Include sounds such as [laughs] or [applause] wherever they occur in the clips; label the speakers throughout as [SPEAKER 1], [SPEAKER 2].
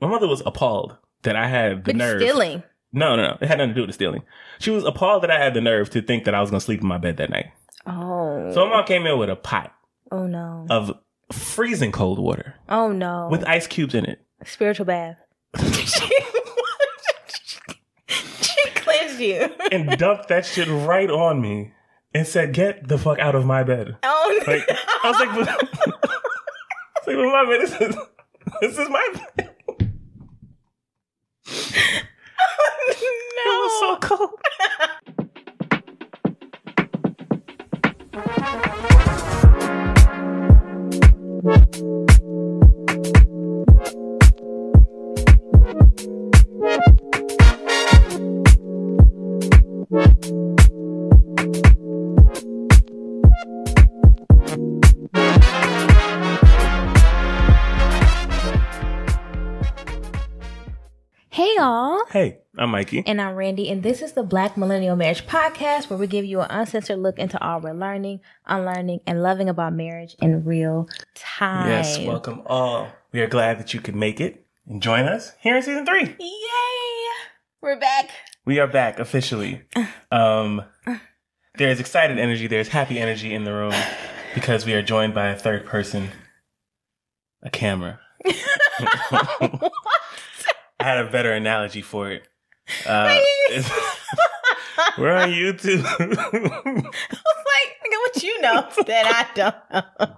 [SPEAKER 1] My mother was appalled that I had the
[SPEAKER 2] But
[SPEAKER 1] nerve.
[SPEAKER 2] stealing.
[SPEAKER 1] No, no, no. It had nothing to do with the stealing. She was appalled that I had the nerve to think that I was going to sleep in my bed that night.
[SPEAKER 2] Oh.
[SPEAKER 1] So my mom came in with a pot
[SPEAKER 2] oh no.
[SPEAKER 1] of freezing cold water
[SPEAKER 2] oh no.
[SPEAKER 1] with ice cubes in it.
[SPEAKER 2] spiritual
[SPEAKER 1] [laughs]
[SPEAKER 2] bath. [laughs] she, she cleansed you. [laughs]
[SPEAKER 1] and dumped that shit right on me and said, "Get the fuck out of my bed."
[SPEAKER 2] Oh no.
[SPEAKER 1] Like I was like, [laughs] but, I was like, but my bed. This is this is my bed. It was so cold.
[SPEAKER 2] Hey y'all.
[SPEAKER 1] Hey, I'm Mikey.
[SPEAKER 2] And I'm Randy, and this is the Black Millennial Marriage Podcast, where we give you an uncensored look into all we're learning, unlearning, and loving about marriage in real time.
[SPEAKER 1] yes, welcome all. We are glad that you could make it and join us here in season three.
[SPEAKER 2] Yay! We're back. [laughs]
[SPEAKER 1] We are back officially. Um, there is excited energy. There is happy energy in the room because we are joined by a third person, a camera. I had a better analogy for it. Uh, it's- [laughs] we're on YouTube.
[SPEAKER 2] I was like, nigga, what
[SPEAKER 1] [laughs]
[SPEAKER 2] you know that I don't know.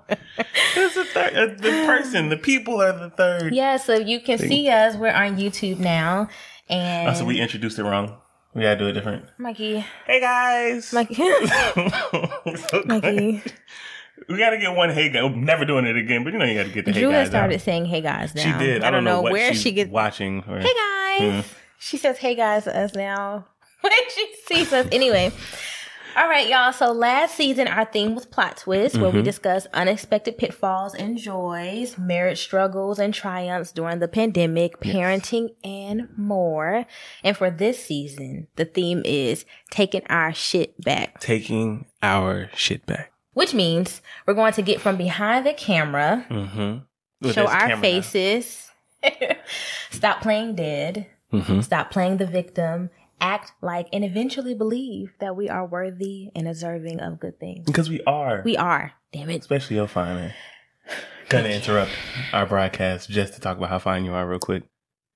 [SPEAKER 1] It's a third, uh, the person, the people are the third.
[SPEAKER 2] yeah, so you can see us. We're on YouTube now. And
[SPEAKER 1] Also, Oh, we introduced it wrong. We gotta do it different. [laughs]
[SPEAKER 2] Mikey,
[SPEAKER 1] Hey guys.
[SPEAKER 2] [laughs] Mikey,
[SPEAKER 1] [laughs] So
[SPEAKER 2] Mikey.
[SPEAKER 1] We gotta get one hey guy. I'm never doing it again, but you know you gotta get the
[SPEAKER 2] Drew
[SPEAKER 1] hey guys.
[SPEAKER 2] has started
[SPEAKER 1] out.
[SPEAKER 2] saying "Hey guys" now.
[SPEAKER 1] She did. I, don't know, what
[SPEAKER 2] where
[SPEAKER 1] she's
[SPEAKER 2] she gets
[SPEAKER 1] watching. Or,
[SPEAKER 2] hey guys. She says hey guys to us now [laughs] when she sees us. Anyway. All right, y'all. So last season, our theme was plot twists, where we discussed unexpected pitfalls and joys, marriage struggles and triumphs during the pandemic, parenting, and more. And for this season, the theme is taking our shit back,
[SPEAKER 1] Taking our shit back.
[SPEAKER 2] which means we're going to get from behind the camera,
[SPEAKER 1] Mm-hmm.
[SPEAKER 2] show our faces, [laughs] stop playing dead,
[SPEAKER 1] Mm-hmm.
[SPEAKER 2] Stop playing the victim. Act like and eventually believe that we are worthy and deserving of good things.
[SPEAKER 1] Because we are.
[SPEAKER 2] We are. Damn it.
[SPEAKER 1] especially your fine man. Gonna interrupt our broadcast just to talk about how fine you are real quick.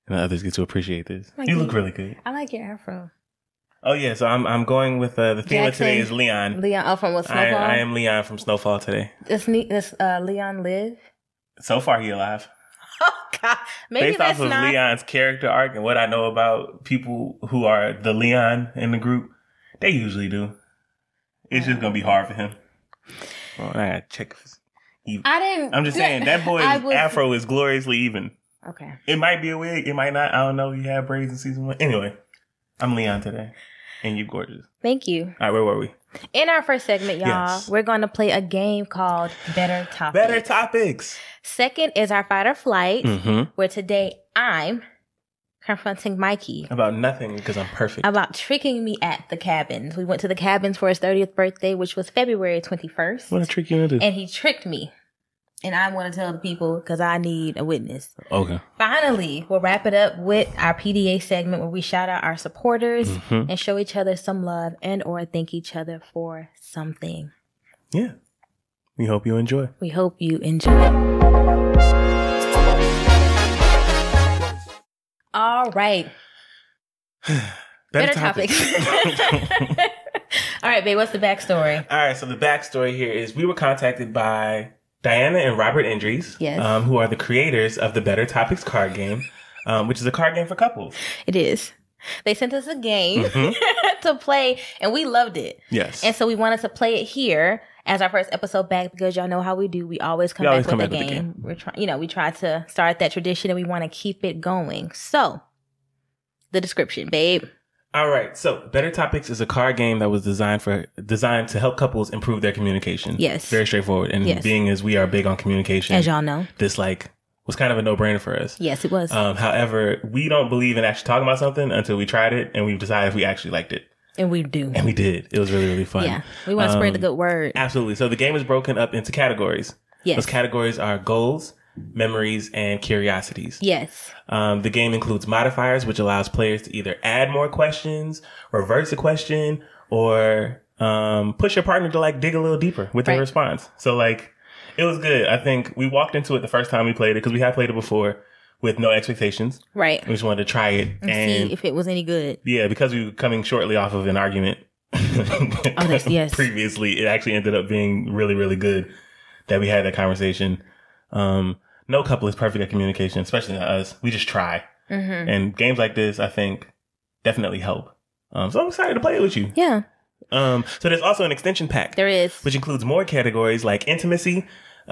[SPEAKER 1] And the others get to appreciate this.
[SPEAKER 2] My
[SPEAKER 1] you
[SPEAKER 2] God.
[SPEAKER 1] look really good.
[SPEAKER 2] I like your afro.
[SPEAKER 1] Oh yeah, so I'm I'm going with uh, the theme
[SPEAKER 2] Jackson.
[SPEAKER 1] of today is Leon.
[SPEAKER 2] Leon oh from what
[SPEAKER 1] I,
[SPEAKER 2] Snowfall?
[SPEAKER 1] I am Leon from Snowfall today.
[SPEAKER 2] Does, Ne- does uh, Leon live?
[SPEAKER 1] So far he alive.
[SPEAKER 2] [laughs] Oh god. Maybe
[SPEAKER 1] based
[SPEAKER 2] that's
[SPEAKER 1] off of
[SPEAKER 2] not
[SPEAKER 1] Leon's character arc and what I know about people who are the Leon in the group, they usually do. It's just gonna be hard for him. Well, I gotta check. if it's even.
[SPEAKER 2] I didn't
[SPEAKER 1] I'm just saying that boy's
[SPEAKER 2] [laughs] I was-
[SPEAKER 1] afro is gloriously even.
[SPEAKER 2] Okay.
[SPEAKER 1] It might be a wig, it might not. I don't know. You had braids in season one. Anyway, I'm Leon today, and you gorgeous.
[SPEAKER 2] Thank you.
[SPEAKER 1] All right, where were we?
[SPEAKER 2] In our first segment, y'all,
[SPEAKER 1] Yes.
[SPEAKER 2] we're gonna play a game called Better Topic.
[SPEAKER 1] Better topics.
[SPEAKER 2] Second is our fight or flight,
[SPEAKER 1] Mm-hmm.
[SPEAKER 2] where today I'm confronting Mikey.
[SPEAKER 1] About nothing because I'm perfect.
[SPEAKER 2] about tricking me at the cabins. We went to the cabins for his 30th birthday, which was February 21st.
[SPEAKER 1] what a trick you into.
[SPEAKER 2] and he tricked me. And I'm going to tell the people because I need a witness.
[SPEAKER 1] Okay.
[SPEAKER 2] Finally, we'll wrap it up with our PDA segment where we shout out our supporters
[SPEAKER 1] Mhm.
[SPEAKER 2] and show each other some love and or thank each other for something.
[SPEAKER 1] Yeah. We hope you enjoy.
[SPEAKER 2] We hope you enjoy. All right. Better, topics. [laughs] All right, babe, what's the backstory?
[SPEAKER 1] All right, so the backstory here is we were contacted by Diana and Robert Indries,
[SPEAKER 2] Yes.
[SPEAKER 1] um, who are the creators of the Better Topics card game, um, which is a card game for couples.
[SPEAKER 2] It is. They sent us a game [laughs]
[SPEAKER 1] Mm-hmm.
[SPEAKER 2] to play, and we loved it.
[SPEAKER 1] Yes.
[SPEAKER 2] And so we wanted to play it here as our first episode back because y'all know how we do. We always come
[SPEAKER 1] We
[SPEAKER 2] back,
[SPEAKER 1] always
[SPEAKER 2] with,
[SPEAKER 1] come
[SPEAKER 2] a
[SPEAKER 1] back with the
[SPEAKER 2] game.
[SPEAKER 1] game.
[SPEAKER 2] We're trying, you know, we try to start that tradition and we want to keep it going. So, the description, babe.
[SPEAKER 1] All right, so Better Topics is a card game that was designed for designed to help couples improve their communication.
[SPEAKER 2] Yes.
[SPEAKER 1] very straightforward. And
[SPEAKER 2] Yes.
[SPEAKER 1] being as we are big on communication,
[SPEAKER 2] As y'all know,
[SPEAKER 1] this like was kind of a no brainer for us.
[SPEAKER 2] yes, it was.
[SPEAKER 1] Um, however, we don't believe in actually talking about something until we tried it and we decided if we actually liked it,
[SPEAKER 2] and we do.
[SPEAKER 1] and we did. It was really really fun.
[SPEAKER 2] yeah, we want to spread the
[SPEAKER 1] Um,
[SPEAKER 2] good word.
[SPEAKER 1] Absolutely. So the game is broken up into categories.
[SPEAKER 2] Yes,
[SPEAKER 1] Those categories are goals, memories, and curiosities.
[SPEAKER 2] yes,
[SPEAKER 1] Um, the game includes modifiers, which allows players to either add more questions, reverse a question, or um, push your partner to like dig a little deeper with their
[SPEAKER 2] Right.
[SPEAKER 1] response. So like, it was good. I think we walked into it the first time we played it because we had played it before with no expectations.
[SPEAKER 2] right.
[SPEAKER 1] We just wanted to try it, and,
[SPEAKER 2] And see if it was any good.
[SPEAKER 1] yeah, because we were coming shortly off of an
[SPEAKER 2] [laughs]
[SPEAKER 1] argument.
[SPEAKER 2] that's- Oh, yes.
[SPEAKER 1] Previously, it actually ended up being really, really good that we had that conversation. Um, no couple is perfect at communication, especially not us. We just try.
[SPEAKER 2] hmm
[SPEAKER 1] And games like this, I think, definitely help. Um, so I'm excited to play it with you.
[SPEAKER 2] Yeah,
[SPEAKER 1] Um, so there's also an extension pack,
[SPEAKER 2] there is.
[SPEAKER 1] which includes more categories like intimacy,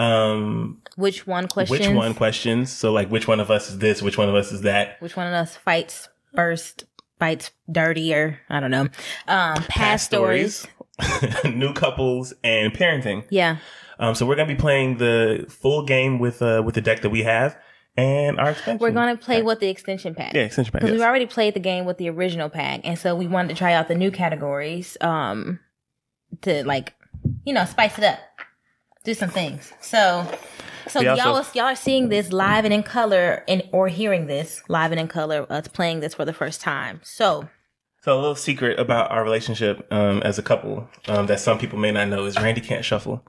[SPEAKER 1] um,
[SPEAKER 2] Which one question?
[SPEAKER 1] which one questions. So like, which one of us is this? Which one of us is that?
[SPEAKER 2] Which one of us fights first? Bites dirtier. I don't know. Um, past, stories.
[SPEAKER 1] [laughs] new couples, and parenting.
[SPEAKER 2] Yeah.
[SPEAKER 1] Um, so we're gonna be playing the full game with uh with the deck that we have and our extension.
[SPEAKER 2] We're going to play
[SPEAKER 1] pack.
[SPEAKER 2] with the extension pack.
[SPEAKER 1] yeah extension pack.
[SPEAKER 2] Because
[SPEAKER 1] yes.
[SPEAKER 2] we already played the game with the original pack. And so we wanted to try out the new categories um, to, like, you know, spice it up, do some things. So. So
[SPEAKER 1] We also-
[SPEAKER 2] y'all, is- y'all are seeing this live and in color, and or hearing this live and in color. Us playing this for the first time. So
[SPEAKER 1] So a little secret about our relationship um as a couple um that some people may not know is Randy can't shuffle.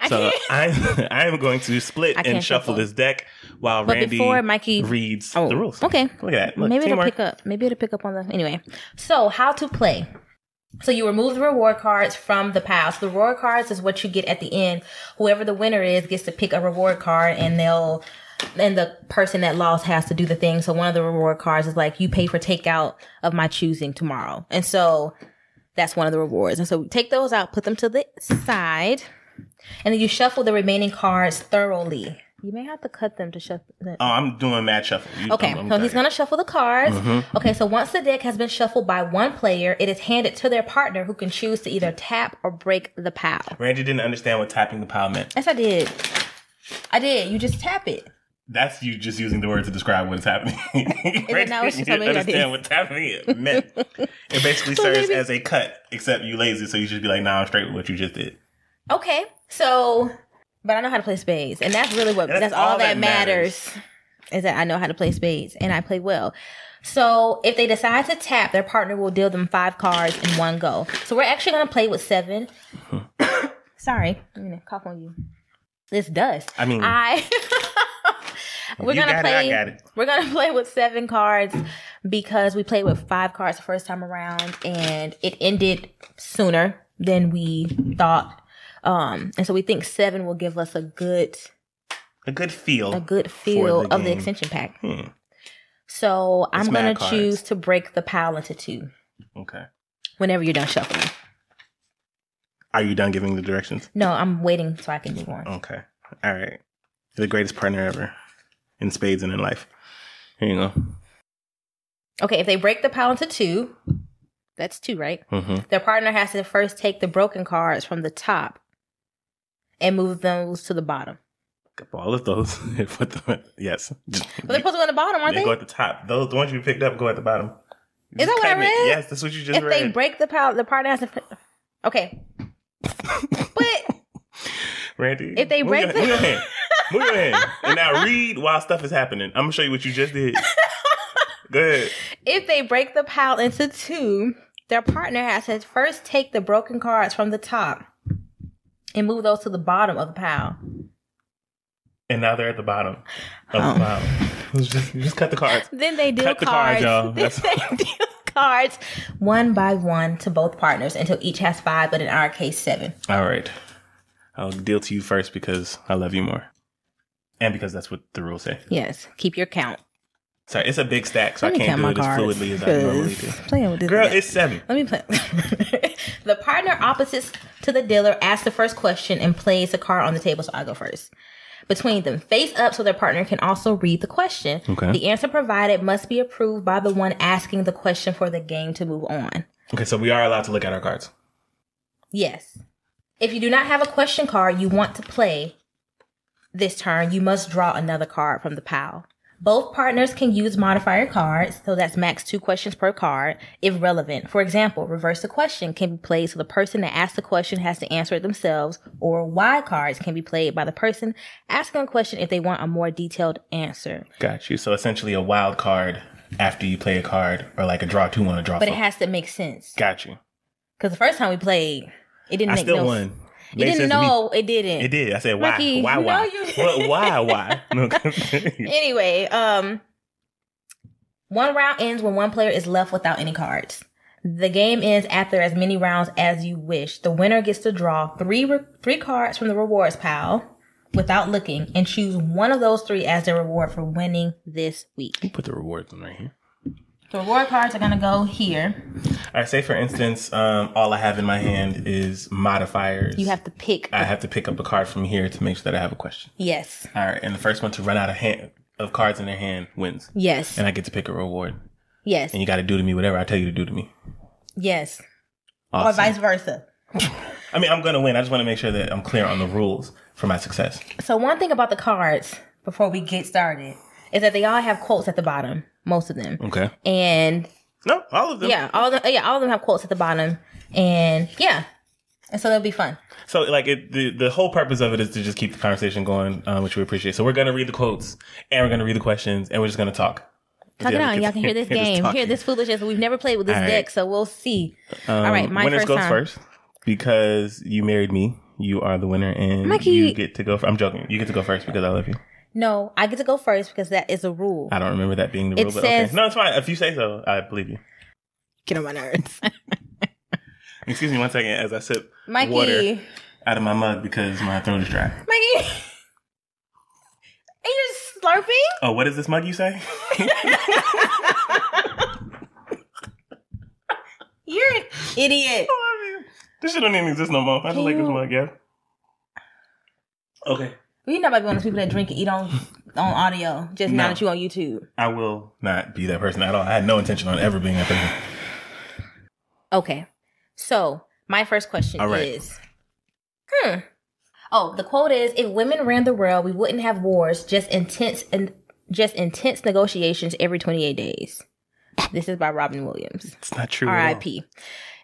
[SPEAKER 2] I
[SPEAKER 1] so
[SPEAKER 2] can't-
[SPEAKER 1] I'm I [laughs] am going to split
[SPEAKER 2] I
[SPEAKER 1] and
[SPEAKER 2] can't
[SPEAKER 1] shuffle,
[SPEAKER 2] shuffle.
[SPEAKER 1] this deck while
[SPEAKER 2] But
[SPEAKER 1] Randy
[SPEAKER 2] before Mikey-
[SPEAKER 1] reads
[SPEAKER 2] Oh,
[SPEAKER 1] the rules.
[SPEAKER 2] okay.
[SPEAKER 1] Look at that. Look,
[SPEAKER 2] maybe
[SPEAKER 1] teamwork.
[SPEAKER 2] it'll pick up. Maybe it'll pick up on the anyway. So how to play. So you remove the reward cards from the pile. So the reward cards is what you get at the end. Whoever the winner is gets to pick a reward card and they'll and the person that lost has to do the thing. So one of the reward cards is like you pay for takeout of my choosing tomorrow. And so that's one of the rewards. And so we take those out, put them to the side, and then you shuffle the remaining cards thoroughly. You may have to cut them to shuffle them.
[SPEAKER 1] Oh, I'm doing mad shuffle. You-
[SPEAKER 2] Okay,
[SPEAKER 1] I'm- Mm-hmm. I'm
[SPEAKER 2] so he's
[SPEAKER 1] done.
[SPEAKER 2] gonna shuffle the cards. Okay, so once the deck has been shuffled by one player, it is handed to their partner who can choose to either tap or break the pile.
[SPEAKER 1] Randy didn't understand what tapping the pile meant.
[SPEAKER 2] Yes, I did. I did. You just tap it.
[SPEAKER 1] That's you just using the word to describe what is
[SPEAKER 2] [laughs]
[SPEAKER 1] happening. Right?
[SPEAKER 2] now
[SPEAKER 1] [laughs]
[SPEAKER 2] it's
[SPEAKER 1] you
[SPEAKER 2] just something like
[SPEAKER 1] understand
[SPEAKER 2] this.
[SPEAKER 1] what's happening.
[SPEAKER 2] [laughs]
[SPEAKER 1] It meant it basically serves as a cut, except you lazy, so you should be like, "Nah, I'm straight with what you just did."
[SPEAKER 2] Okay, so, but I know how to play spades, and that's really what,
[SPEAKER 1] That's
[SPEAKER 2] that's, all,
[SPEAKER 1] all
[SPEAKER 2] that,
[SPEAKER 1] that
[SPEAKER 2] matters, is that I know how to play spades, and I play well. So, if they decide to tap, their partner will deal them five cards in one go. So, we're actually gonna play with seven. [coughs] Sorry, I'm gonna cough on you. This dust.
[SPEAKER 1] I mean,
[SPEAKER 2] I [laughs] we're
[SPEAKER 1] You
[SPEAKER 2] gonna
[SPEAKER 1] got it, I
[SPEAKER 2] play.
[SPEAKER 1] got it.
[SPEAKER 2] We're gonna play with seven cards because we played with five cards the first time around, and it ended sooner than we thought. Um, and so we think seven will give us a good
[SPEAKER 1] a good feel.
[SPEAKER 2] a good feel
[SPEAKER 1] the
[SPEAKER 2] of the
[SPEAKER 1] game.
[SPEAKER 2] extension pack.
[SPEAKER 1] Hmm.
[SPEAKER 2] So
[SPEAKER 1] It's
[SPEAKER 2] I'm
[SPEAKER 1] mad
[SPEAKER 2] gonna
[SPEAKER 1] cards.
[SPEAKER 2] choose to break the pile into two
[SPEAKER 1] Okay.
[SPEAKER 2] whenever you're done shuffling.
[SPEAKER 1] Are you done giving the directions?
[SPEAKER 2] No, I'm waiting so I can do one.
[SPEAKER 1] Okay. All right. You're the greatest partner ever in spades and in life. Here you go.
[SPEAKER 2] Okay, if they break the pile into two, that's two, right?
[SPEAKER 1] Mm-hmm.
[SPEAKER 2] Their partner has to first take the broken cards from the top and move those to the bottom.
[SPEAKER 1] All of those. [laughs] Put them- yes.
[SPEAKER 2] But they're supposed to go on the bottom, aren't
[SPEAKER 1] They
[SPEAKER 2] they?
[SPEAKER 1] go at the top. Those the ones you picked up go at the bottom.
[SPEAKER 2] Is that what I
[SPEAKER 1] Cutting it.
[SPEAKER 2] read?
[SPEAKER 1] Yes, that's what you just
[SPEAKER 2] if
[SPEAKER 1] read.
[SPEAKER 2] they break the pile, the partner has to. fir-
[SPEAKER 1] [laughs]
[SPEAKER 2] Okay. but
[SPEAKER 1] Randy.
[SPEAKER 2] If they
[SPEAKER 1] move
[SPEAKER 2] break
[SPEAKER 1] your,
[SPEAKER 2] the-
[SPEAKER 1] move your
[SPEAKER 2] [laughs]
[SPEAKER 1] hand. Move your hand. And now read while stuff is happening. I'm gonna show you what you just did.
[SPEAKER 2] [laughs]
[SPEAKER 1] Go ahead.
[SPEAKER 2] if they break the pile into two, their partner has to first take the broken cards from the top and move those to the bottom of the pile.
[SPEAKER 1] and now they're at the bottom. Oh,
[SPEAKER 2] Oh.
[SPEAKER 1] wow. Let's just, just cut the
[SPEAKER 2] [laughs]
[SPEAKER 1] cards.
[SPEAKER 2] Then they deal
[SPEAKER 1] Cut the cards,
[SPEAKER 2] cards. [laughs]
[SPEAKER 1] y'all.
[SPEAKER 2] Then they deal cards one by one to both partners until each has five, but in our case, seven.
[SPEAKER 1] All right. I'll deal to you first because I love you more. And because that's what the rules say.
[SPEAKER 2] Yes. Keep your count.
[SPEAKER 1] Sorry, it's a big stack, so
[SPEAKER 2] Let
[SPEAKER 1] I
[SPEAKER 2] me
[SPEAKER 1] can't
[SPEAKER 2] count
[SPEAKER 1] do
[SPEAKER 2] my
[SPEAKER 1] it
[SPEAKER 2] cards.
[SPEAKER 1] as fluidly as I normally do.
[SPEAKER 2] 'cause Playing with this.
[SPEAKER 1] Girl,
[SPEAKER 2] guy.
[SPEAKER 1] it's seven.
[SPEAKER 2] Let me play. [laughs] the partner opposites to the dealer asks the first question and plays the card on the table, so I go first. Between them, face up so their partner can also read the question.
[SPEAKER 1] Okay.
[SPEAKER 2] The answer provided must be approved by the one asking the question for the game to move on.
[SPEAKER 1] Okay, so we are allowed to look at our cards.
[SPEAKER 2] Yes. If you do not have a question card you want to play this turn, you must draw another card from the pile. Both partners can use modifier cards, so that's max two questions per card, if relevant. For example, reverse the question can be played so the person that asked the question has to answer it themselves, or why cards can be played by the person asking a question if they want a more detailed answer.
[SPEAKER 1] Got you. So essentially a wild card after you play a card, or like a draw two on a draw
[SPEAKER 2] But it
[SPEAKER 1] four.
[SPEAKER 2] has to make sense.
[SPEAKER 1] Got you.
[SPEAKER 2] Because the first time we played, it didn't
[SPEAKER 1] I
[SPEAKER 2] make
[SPEAKER 1] still
[SPEAKER 2] no
[SPEAKER 1] won.
[SPEAKER 2] It didn't know it didn't.
[SPEAKER 1] It did. I said, why?
[SPEAKER 2] Lucky,
[SPEAKER 1] why?
[SPEAKER 2] no,
[SPEAKER 1] Why?
[SPEAKER 2] you-
[SPEAKER 1] [laughs] Well, why?
[SPEAKER 2] [laughs]
[SPEAKER 1] Why? No.
[SPEAKER 2] anyway, um, one round ends when one player is left without any cards. The game ends after as many rounds as you wish. The winner gets to draw three re- three cards from the rewards pile without looking and choose one of those three as their reward for winning this week.
[SPEAKER 1] Put the rewards on right here.
[SPEAKER 2] The reward cards are gonna go here.
[SPEAKER 1] I say, for instance, um, all I have in my hand is modifiers.
[SPEAKER 2] You have to pick.
[SPEAKER 1] I have to pick up a card from here to make sure that I have a question.
[SPEAKER 2] yes,
[SPEAKER 1] All right, and the first one to run out of hand of cards in their hand wins,
[SPEAKER 2] yes,
[SPEAKER 1] and I get to pick a reward.
[SPEAKER 2] yes,
[SPEAKER 1] And you got to do to me whatever I tell you to do to me.
[SPEAKER 2] yes, or
[SPEAKER 1] Awesome.
[SPEAKER 2] vice versa.
[SPEAKER 1] I mean, I'm gonna win. I just want to make sure that I'm clear on the rules for my success.
[SPEAKER 2] So one thing about the cards before we get started is that they all have quotes at the bottom, most of them,
[SPEAKER 1] Okay.
[SPEAKER 2] and
[SPEAKER 1] No, all of them.
[SPEAKER 2] Yeah, all of them. Yeah, all of them have quotes at the bottom, and yeah, and so that'll be fun.
[SPEAKER 1] So, like, it, the the whole purpose of it is to just keep the conversation going, um, which we appreciate. So, we're gonna read the quotes, and we're gonna read the questions, and we're just gonna talk.
[SPEAKER 2] Talk it
[SPEAKER 1] Yeah,
[SPEAKER 2] on,
[SPEAKER 1] we
[SPEAKER 2] y'all can
[SPEAKER 1] [laughs]
[SPEAKER 2] hear this game, hear
[SPEAKER 1] talking.
[SPEAKER 2] this foolishness. We've never played with this
[SPEAKER 1] All right.
[SPEAKER 2] deck, so we'll see. all right, my
[SPEAKER 1] Um, winners
[SPEAKER 2] first
[SPEAKER 1] goes
[SPEAKER 2] time.
[SPEAKER 1] first because you married me. You are the winner, and
[SPEAKER 2] Mikey-
[SPEAKER 1] you get to go. First. I'm joking. You get to go first because I love you.
[SPEAKER 2] No, I get to go first because that is a rule.
[SPEAKER 1] I don't remember that being the
[SPEAKER 2] It
[SPEAKER 1] rule, but
[SPEAKER 2] says-
[SPEAKER 1] okay. No, it's fine. If you say so, I believe you.
[SPEAKER 2] Get on my nerves,
[SPEAKER 1] Excuse me one second as I sip
[SPEAKER 2] [laughs] Mikey.
[SPEAKER 1] water out of my mug because my throat is dry.
[SPEAKER 2] Mikey, [laughs] are you slurping?
[SPEAKER 1] Oh, what is this mug you say?
[SPEAKER 2] You're an idiot.
[SPEAKER 1] this shit don't even exist no more. I don't like this mug, yeah. Okay.
[SPEAKER 2] You're not about to be one of those people that drink and eat on on audio. Just now
[SPEAKER 1] No.
[SPEAKER 2] that you on YouTube.
[SPEAKER 1] I will not be that person at all. I had no intention on ever being that person.
[SPEAKER 2] Okay. So my first question
[SPEAKER 1] All right.
[SPEAKER 2] is Hmm. Oh, the quote is if women ran the world, we wouldn't have wars, just intense and just intense negotiations every twenty eight days. This is by Robin Williams.
[SPEAKER 1] It's not true. at all.
[SPEAKER 2] R.I.P.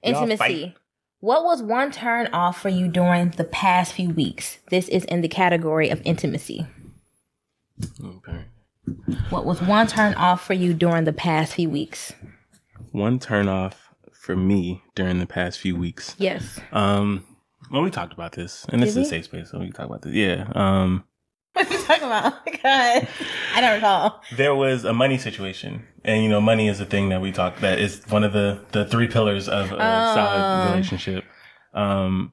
[SPEAKER 1] Y'all
[SPEAKER 2] Intimacy.
[SPEAKER 1] fight.
[SPEAKER 2] What was one turn off for you during the past few weeks? This is in the category of intimacy.
[SPEAKER 1] Okay.
[SPEAKER 2] What was one turn off for you during the past few weeks?
[SPEAKER 1] One turnoff for me during the past few weeks.
[SPEAKER 2] Yes. [laughs]
[SPEAKER 1] Um, well, we talked about this, and this
[SPEAKER 2] Did
[SPEAKER 1] is
[SPEAKER 2] we?
[SPEAKER 1] a safe space, so we can talk about this. Yeah. Um,
[SPEAKER 2] What are you talking about? [laughs] God. I don't recall.
[SPEAKER 1] there was a money situation, and you know, money is a thing that we talk that is one of the the three pillars of a solid relationship. Um,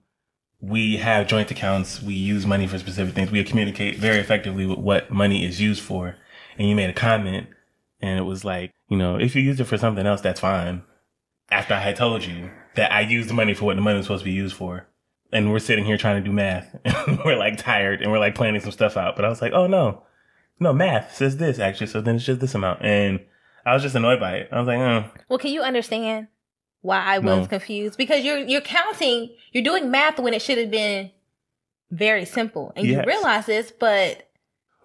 [SPEAKER 1] we have joint accounts. We use money for specific things. We communicate very effectively with what money is used for. And you made a comment, and it was like, you know, if you use it for something else, that's fine. After I had told you that I used the money for what the money was supposed to be used for. And we're sitting here trying to do math. [laughs] And we're like tired and we're like planning some stuff out. But I was like, oh no, no, math says this actually. So then it's just this amount. And I was just annoyed by it. I was like, oh,
[SPEAKER 2] Well, can you understand why I was
[SPEAKER 1] No.
[SPEAKER 2] confused? Because you're you're counting, you're doing math when it should have been very simple, and you
[SPEAKER 1] Yes.
[SPEAKER 2] realize this, but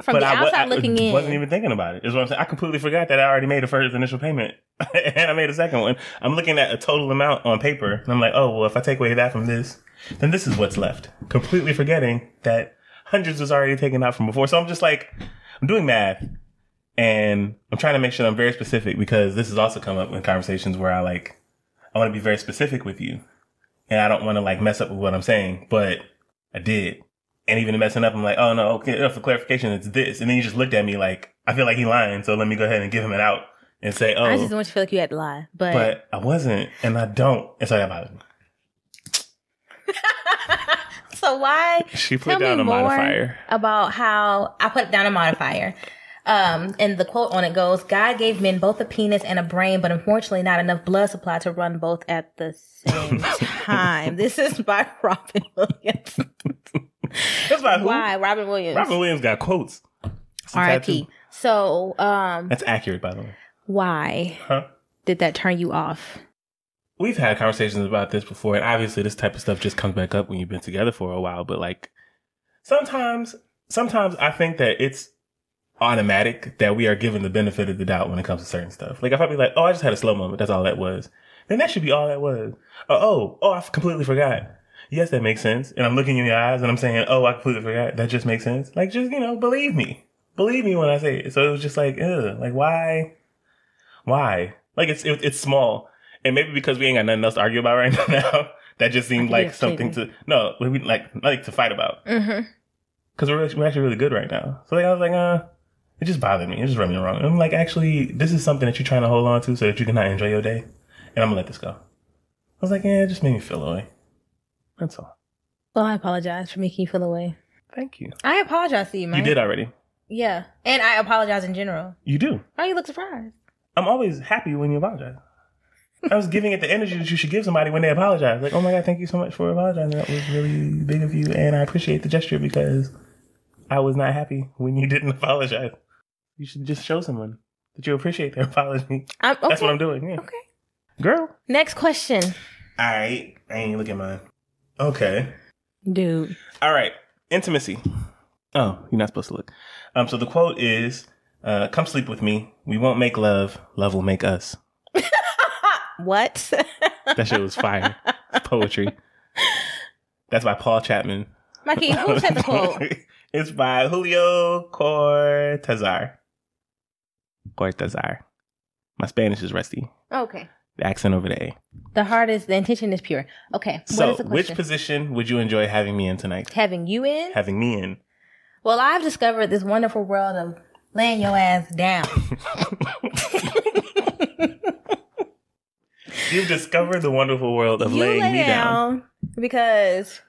[SPEAKER 2] from the
[SPEAKER 1] I wa-
[SPEAKER 2] outside
[SPEAKER 1] I
[SPEAKER 2] looking in,
[SPEAKER 1] wasn't even thinking about it. Is what I'm saying. I completely forgot that I already made a first initial payment [laughs] and I made a second one. I'm looking at a total amount on paper and I'm like, oh, well, if I take away that from this, then this is what's left. Completely forgetting that hundreds was already taken out from before. So I'm just like, I'm doing math and I'm trying to make sure that I'm very specific because this has also come up in conversations where I like, I want to be very specific with you and I don't want to like mess up with what I'm saying, but I did. and even messing up, I'm like, oh no, okay, for clarification, it's this. And then you just looked at me like, I feel like he lying, so let me go ahead and give him an out and say, oh,
[SPEAKER 2] I just don't want you to feel like you had to lie, but,
[SPEAKER 1] but I wasn't, and I don't. And so that bothered me.
[SPEAKER 2] so why
[SPEAKER 3] She put
[SPEAKER 2] Tell me
[SPEAKER 3] down a
[SPEAKER 2] more
[SPEAKER 3] modifier.
[SPEAKER 2] about how I put down a modifier. Um, and the quote on it goes, God gave men both a penis and a brain, but unfortunately not enough blood supply to run both at the
[SPEAKER 1] [laughs]
[SPEAKER 2] same time. This is by [laughs] Robin Williams.
[SPEAKER 1] That's why. who-
[SPEAKER 2] Why? Robin Williams.
[SPEAKER 1] Robin Williams got quotes. It's a
[SPEAKER 2] R.I.P.
[SPEAKER 1] tattoo.
[SPEAKER 2] So, um,
[SPEAKER 1] That's accurate, by the way.
[SPEAKER 2] why
[SPEAKER 1] Huh?
[SPEAKER 2] did that turn you off?
[SPEAKER 1] We've had conversations about this before, and obviously, this type of stuff just comes back up when you've been together for a while. But like, sometimes, sometimes I think that it's automatic that we are given the benefit of the doubt when it comes to certain stuff. Like, if I be like, "Oh, I just had a slow moment. That's all that was," then that should be all that was. Or, oh, oh, I f- completely forgot. Yes, that makes sense. And I'm looking in your eyes, and I'm saying, "Oh, I completely forgot." That just makes sense. Like, just you know, believe me, believe me when I say it. So it was just like, ugh, like why? why? Like it's it, it's small, and maybe because we ain't got nothing else to argue about right [laughs] now. that just seemed
[SPEAKER 2] I think
[SPEAKER 1] like
[SPEAKER 2] that's
[SPEAKER 1] something to no, we we- like like to fight about
[SPEAKER 2] Mm-hmm.
[SPEAKER 1] because we're actually- we're actually really good right now. So like, I was like, uh, it just bothered me. It just rubbed me wrong. And I'm like, actually, this is something that you're trying to hold on to so that you can not enjoy your day, and I'm gonna let this go. I was like, yeah, it just made me feel away. That's all.
[SPEAKER 2] Well, I apologize for making you feel away.
[SPEAKER 1] Thank you.
[SPEAKER 2] I apologize to you, Mike.
[SPEAKER 1] You did already.
[SPEAKER 2] Yeah. And I apologize in general.
[SPEAKER 1] You do.
[SPEAKER 2] Why you look surprised?
[SPEAKER 1] I'm always happy when you apologize. I was giving it the energy that you should give somebody when they apologize. Like, oh my God, thank you so much for apologizing. That was really big of you. And I appreciate the gesture because I was not happy when you [laughs] didn't apologize. You should just show someone that you appreciate their [laughs] apology.
[SPEAKER 2] I'm, okay.
[SPEAKER 1] That's what I'm doing. Yeah.
[SPEAKER 2] Okay.
[SPEAKER 1] Girl.
[SPEAKER 2] Next question.
[SPEAKER 1] All right. I ain't look at mine. Okay.
[SPEAKER 2] Dude.
[SPEAKER 1] All right, intimacy. Oh, you're not supposed to look. Um, so the quote is, uh, "Come sleep with me. We won't make love. Love will make us."
[SPEAKER 2] [laughs] What? [laughs]
[SPEAKER 1] That shit was [laughs] fire. Poetry. That's by Paul Chapman.
[SPEAKER 2] Mikey, who said the quote?
[SPEAKER 1] [laughs] it's by Julio Cortazar. Cortazar. My Spanish is rusty.
[SPEAKER 2] Okay.
[SPEAKER 1] The accent over the A.
[SPEAKER 2] The heart is the intention is pure. Okay. what
[SPEAKER 1] So,
[SPEAKER 2] is the
[SPEAKER 1] which
[SPEAKER 2] question?
[SPEAKER 1] position would you enjoy having me in tonight?
[SPEAKER 2] Having you in?
[SPEAKER 1] Having me
[SPEAKER 2] [laughs]
[SPEAKER 1] in. [laughs]
[SPEAKER 2] well, I've discovered this wonderful world of laying your ass down.
[SPEAKER 1] [laughs] You've discovered the wonderful world of
[SPEAKER 2] you
[SPEAKER 1] laying
[SPEAKER 2] lay
[SPEAKER 1] me down.
[SPEAKER 2] down, because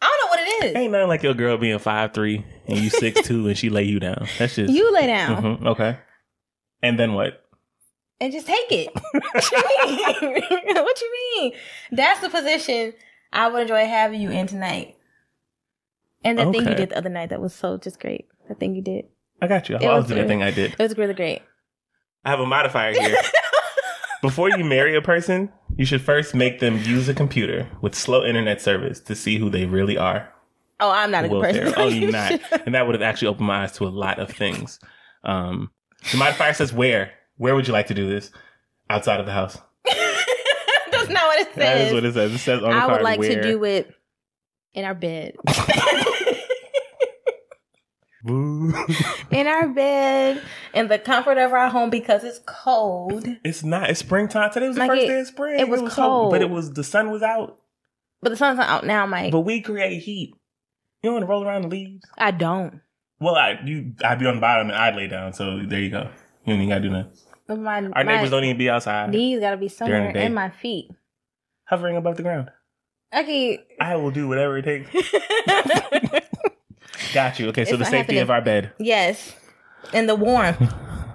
[SPEAKER 2] I don't know what it is.
[SPEAKER 1] Ain't nothing like your girl being five three and you six
[SPEAKER 2] [laughs]
[SPEAKER 1] two and she lay you down. That's just
[SPEAKER 2] you lay down
[SPEAKER 1] Mhm, okay. And then what?
[SPEAKER 2] and just take
[SPEAKER 1] [laughs]
[SPEAKER 2] it. what you mean? [laughs] what you mean? That's the position I would enjoy having you in tonight. And the thing you
[SPEAKER 1] Okay.
[SPEAKER 2] did the other night that was so just great. The thing you did.
[SPEAKER 1] I got you.
[SPEAKER 2] It
[SPEAKER 1] I'll
[SPEAKER 2] was
[SPEAKER 1] do the
[SPEAKER 2] good.
[SPEAKER 1] thing I did.
[SPEAKER 2] It was really great.
[SPEAKER 1] I have a
[SPEAKER 2] [laughs]
[SPEAKER 1] modifier here. Before you marry a person, you should first make them use a computer with slow internet service to see who they really are.
[SPEAKER 2] Oh, I'm not a good
[SPEAKER 1] Will
[SPEAKER 2] person.
[SPEAKER 1] Ferrell.
[SPEAKER 2] [laughs]
[SPEAKER 1] Oh, you not. And that would have actually opened my eyes to a lot of things. Um, the modifier says where. Where would you like to do this? Outside of the house.
[SPEAKER 2] That's not what it says.
[SPEAKER 1] That is what it says. It says on the
[SPEAKER 2] I
[SPEAKER 1] card
[SPEAKER 2] would like
[SPEAKER 1] where.
[SPEAKER 2] to do it in our bed.
[SPEAKER 1] [laughs]
[SPEAKER 2] [laughs]
[SPEAKER 1] Boo. [laughs]
[SPEAKER 2] in our bed, in the comfort of our home because it's cold.
[SPEAKER 1] It's not. It's springtime. Today was the
[SPEAKER 2] Like
[SPEAKER 1] first
[SPEAKER 2] it-
[SPEAKER 1] day of spring.
[SPEAKER 2] it was
[SPEAKER 1] hot, but
[SPEAKER 2] cold.
[SPEAKER 1] it was the sun was out.
[SPEAKER 2] But the sun's not out now, Mike.
[SPEAKER 1] But we create heat. You don't want to roll around the leaves.
[SPEAKER 2] I don't.
[SPEAKER 1] Well, I you I'd be on the bottom and I'd lay down. So there you go. You don't even gotta do nothing.
[SPEAKER 2] But
[SPEAKER 1] Our
[SPEAKER 2] My, my
[SPEAKER 1] neighbors don't even be outside,
[SPEAKER 2] knees gotta be somewhere
[SPEAKER 1] During the day.
[SPEAKER 2] in my feet.
[SPEAKER 1] hovering above the ground. [laughs]
[SPEAKER 2] Okay.
[SPEAKER 1] I will do whatever it takes.
[SPEAKER 2] [laughs]
[SPEAKER 1] Got you. Okay, so
[SPEAKER 2] It's
[SPEAKER 1] the
[SPEAKER 2] not
[SPEAKER 1] safety
[SPEAKER 2] happening.
[SPEAKER 1] of our bed,
[SPEAKER 2] yes. In
[SPEAKER 1] [laughs]
[SPEAKER 2] the warmth.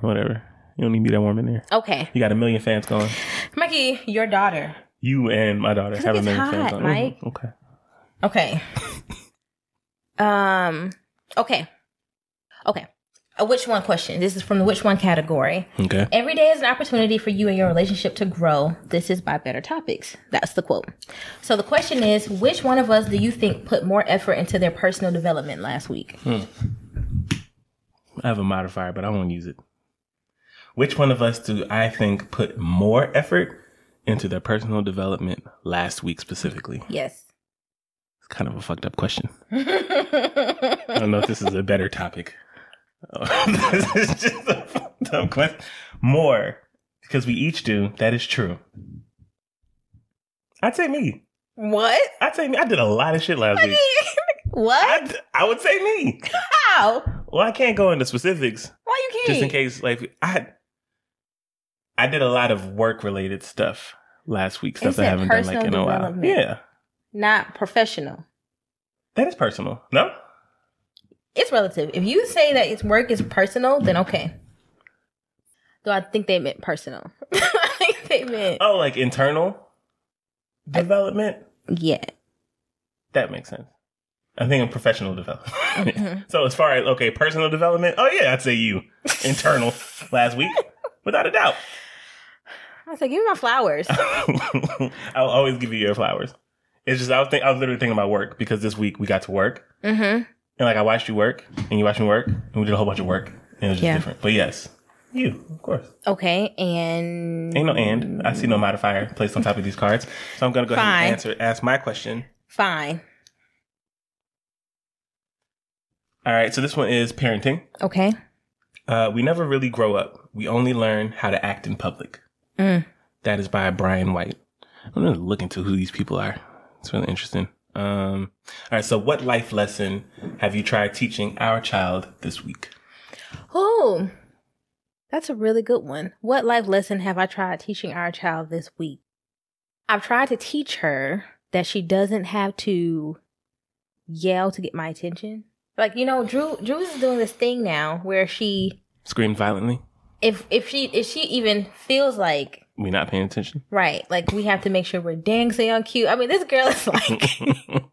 [SPEAKER 1] whatever. You don't need to be that warm in there.
[SPEAKER 2] Okay.
[SPEAKER 1] You got a million fans going.
[SPEAKER 2] Mikey, your daughter.
[SPEAKER 1] You and my daughter
[SPEAKER 2] Cause
[SPEAKER 1] have
[SPEAKER 2] it
[SPEAKER 1] a
[SPEAKER 2] gets
[SPEAKER 1] million fans
[SPEAKER 2] hot,
[SPEAKER 1] going. Mm-hmm.
[SPEAKER 2] Mike.
[SPEAKER 1] Okay.
[SPEAKER 2] Okay. um. Okay. Okay. A which one question? This is from the which one category.
[SPEAKER 1] Okay.
[SPEAKER 2] Every day is an opportunity for you and your relationship to grow. This is by Better Topics. That's the quote. So the question is, which one of us do you think put more effort into their personal development last week?
[SPEAKER 1] Hmm. I have a modifier, but I won't use it. Which one of us do I think put more effort into their personal development last week specifically?
[SPEAKER 2] Yes. [laughs]
[SPEAKER 1] It's kind of a fucked up question. I don't know if this is a better topic. [laughs] Oh, this is just a fucked up question. More, because we each do. That is true. I'd say me.
[SPEAKER 2] What?
[SPEAKER 1] I'd say me. I did a lot of shit last week.
[SPEAKER 2] [laughs] What?
[SPEAKER 1] I, I would say me.
[SPEAKER 2] How?
[SPEAKER 1] Well, I can't go into specifics
[SPEAKER 2] Why you can't?
[SPEAKER 1] just in case. Like I, I did a lot of work related stuff last week. Stuff
[SPEAKER 2] It
[SPEAKER 1] that I
[SPEAKER 2] said
[SPEAKER 1] haven't done like in
[SPEAKER 2] personal
[SPEAKER 1] a while.
[SPEAKER 2] development.
[SPEAKER 1] Yeah,
[SPEAKER 2] Not professional.
[SPEAKER 1] that is personal. No,
[SPEAKER 2] It's relative. If you say that it's work is personal, then okay. Though I think they meant personal. [laughs] I think they meant
[SPEAKER 1] oh, like internal development.
[SPEAKER 2] yeah.
[SPEAKER 1] That makes sense. I think of professional
[SPEAKER 2] Mm-hmm.
[SPEAKER 1] development. [laughs] so as far as okay, personal development. Oh yeah, I'd say you
[SPEAKER 2] [laughs]
[SPEAKER 1] internal last week, without a doubt. [laughs]
[SPEAKER 2] I was like, give me my flowers.
[SPEAKER 1] uh. I'll always give you your flowers. It's just I was think I was literally thinking about work because this week we got to work
[SPEAKER 2] mm-hmm.
[SPEAKER 1] and like I watched you work and you watched me work and we did a whole bunch of work and it was just
[SPEAKER 2] Yeah.
[SPEAKER 1] different. But yes, you of course.
[SPEAKER 2] Okay, and
[SPEAKER 1] Ain't no and. I see no modifier placed on top of these cards, so I'm gonna go ahead
[SPEAKER 2] Fine.
[SPEAKER 1] and answer ask my question.
[SPEAKER 2] fine.
[SPEAKER 1] All right, so this one is parenting.
[SPEAKER 2] Okay.
[SPEAKER 1] Uh, we never really grow up. We only learn how to act in public.
[SPEAKER 2] Mm.
[SPEAKER 1] That is by Brian White. I'm gonna look into who these people are. It's really interesting. Um, all right. So, what life lesson have you tried teaching our child this week?
[SPEAKER 2] Oh, that's a really good one. What life lesson have I tried teaching our child this week? I've tried to teach her that she doesn't have to yell to get my attention. Like you know, Drew Drew is doing this thing now where she
[SPEAKER 1] Scream violently.
[SPEAKER 2] if if she if she even feels like
[SPEAKER 1] We not paying attention. [laughs]
[SPEAKER 2] right, like we have to make sure we're dancing on cue. I mean, this girl [laughs]
[SPEAKER 1] [laughs]
[SPEAKER 2] is like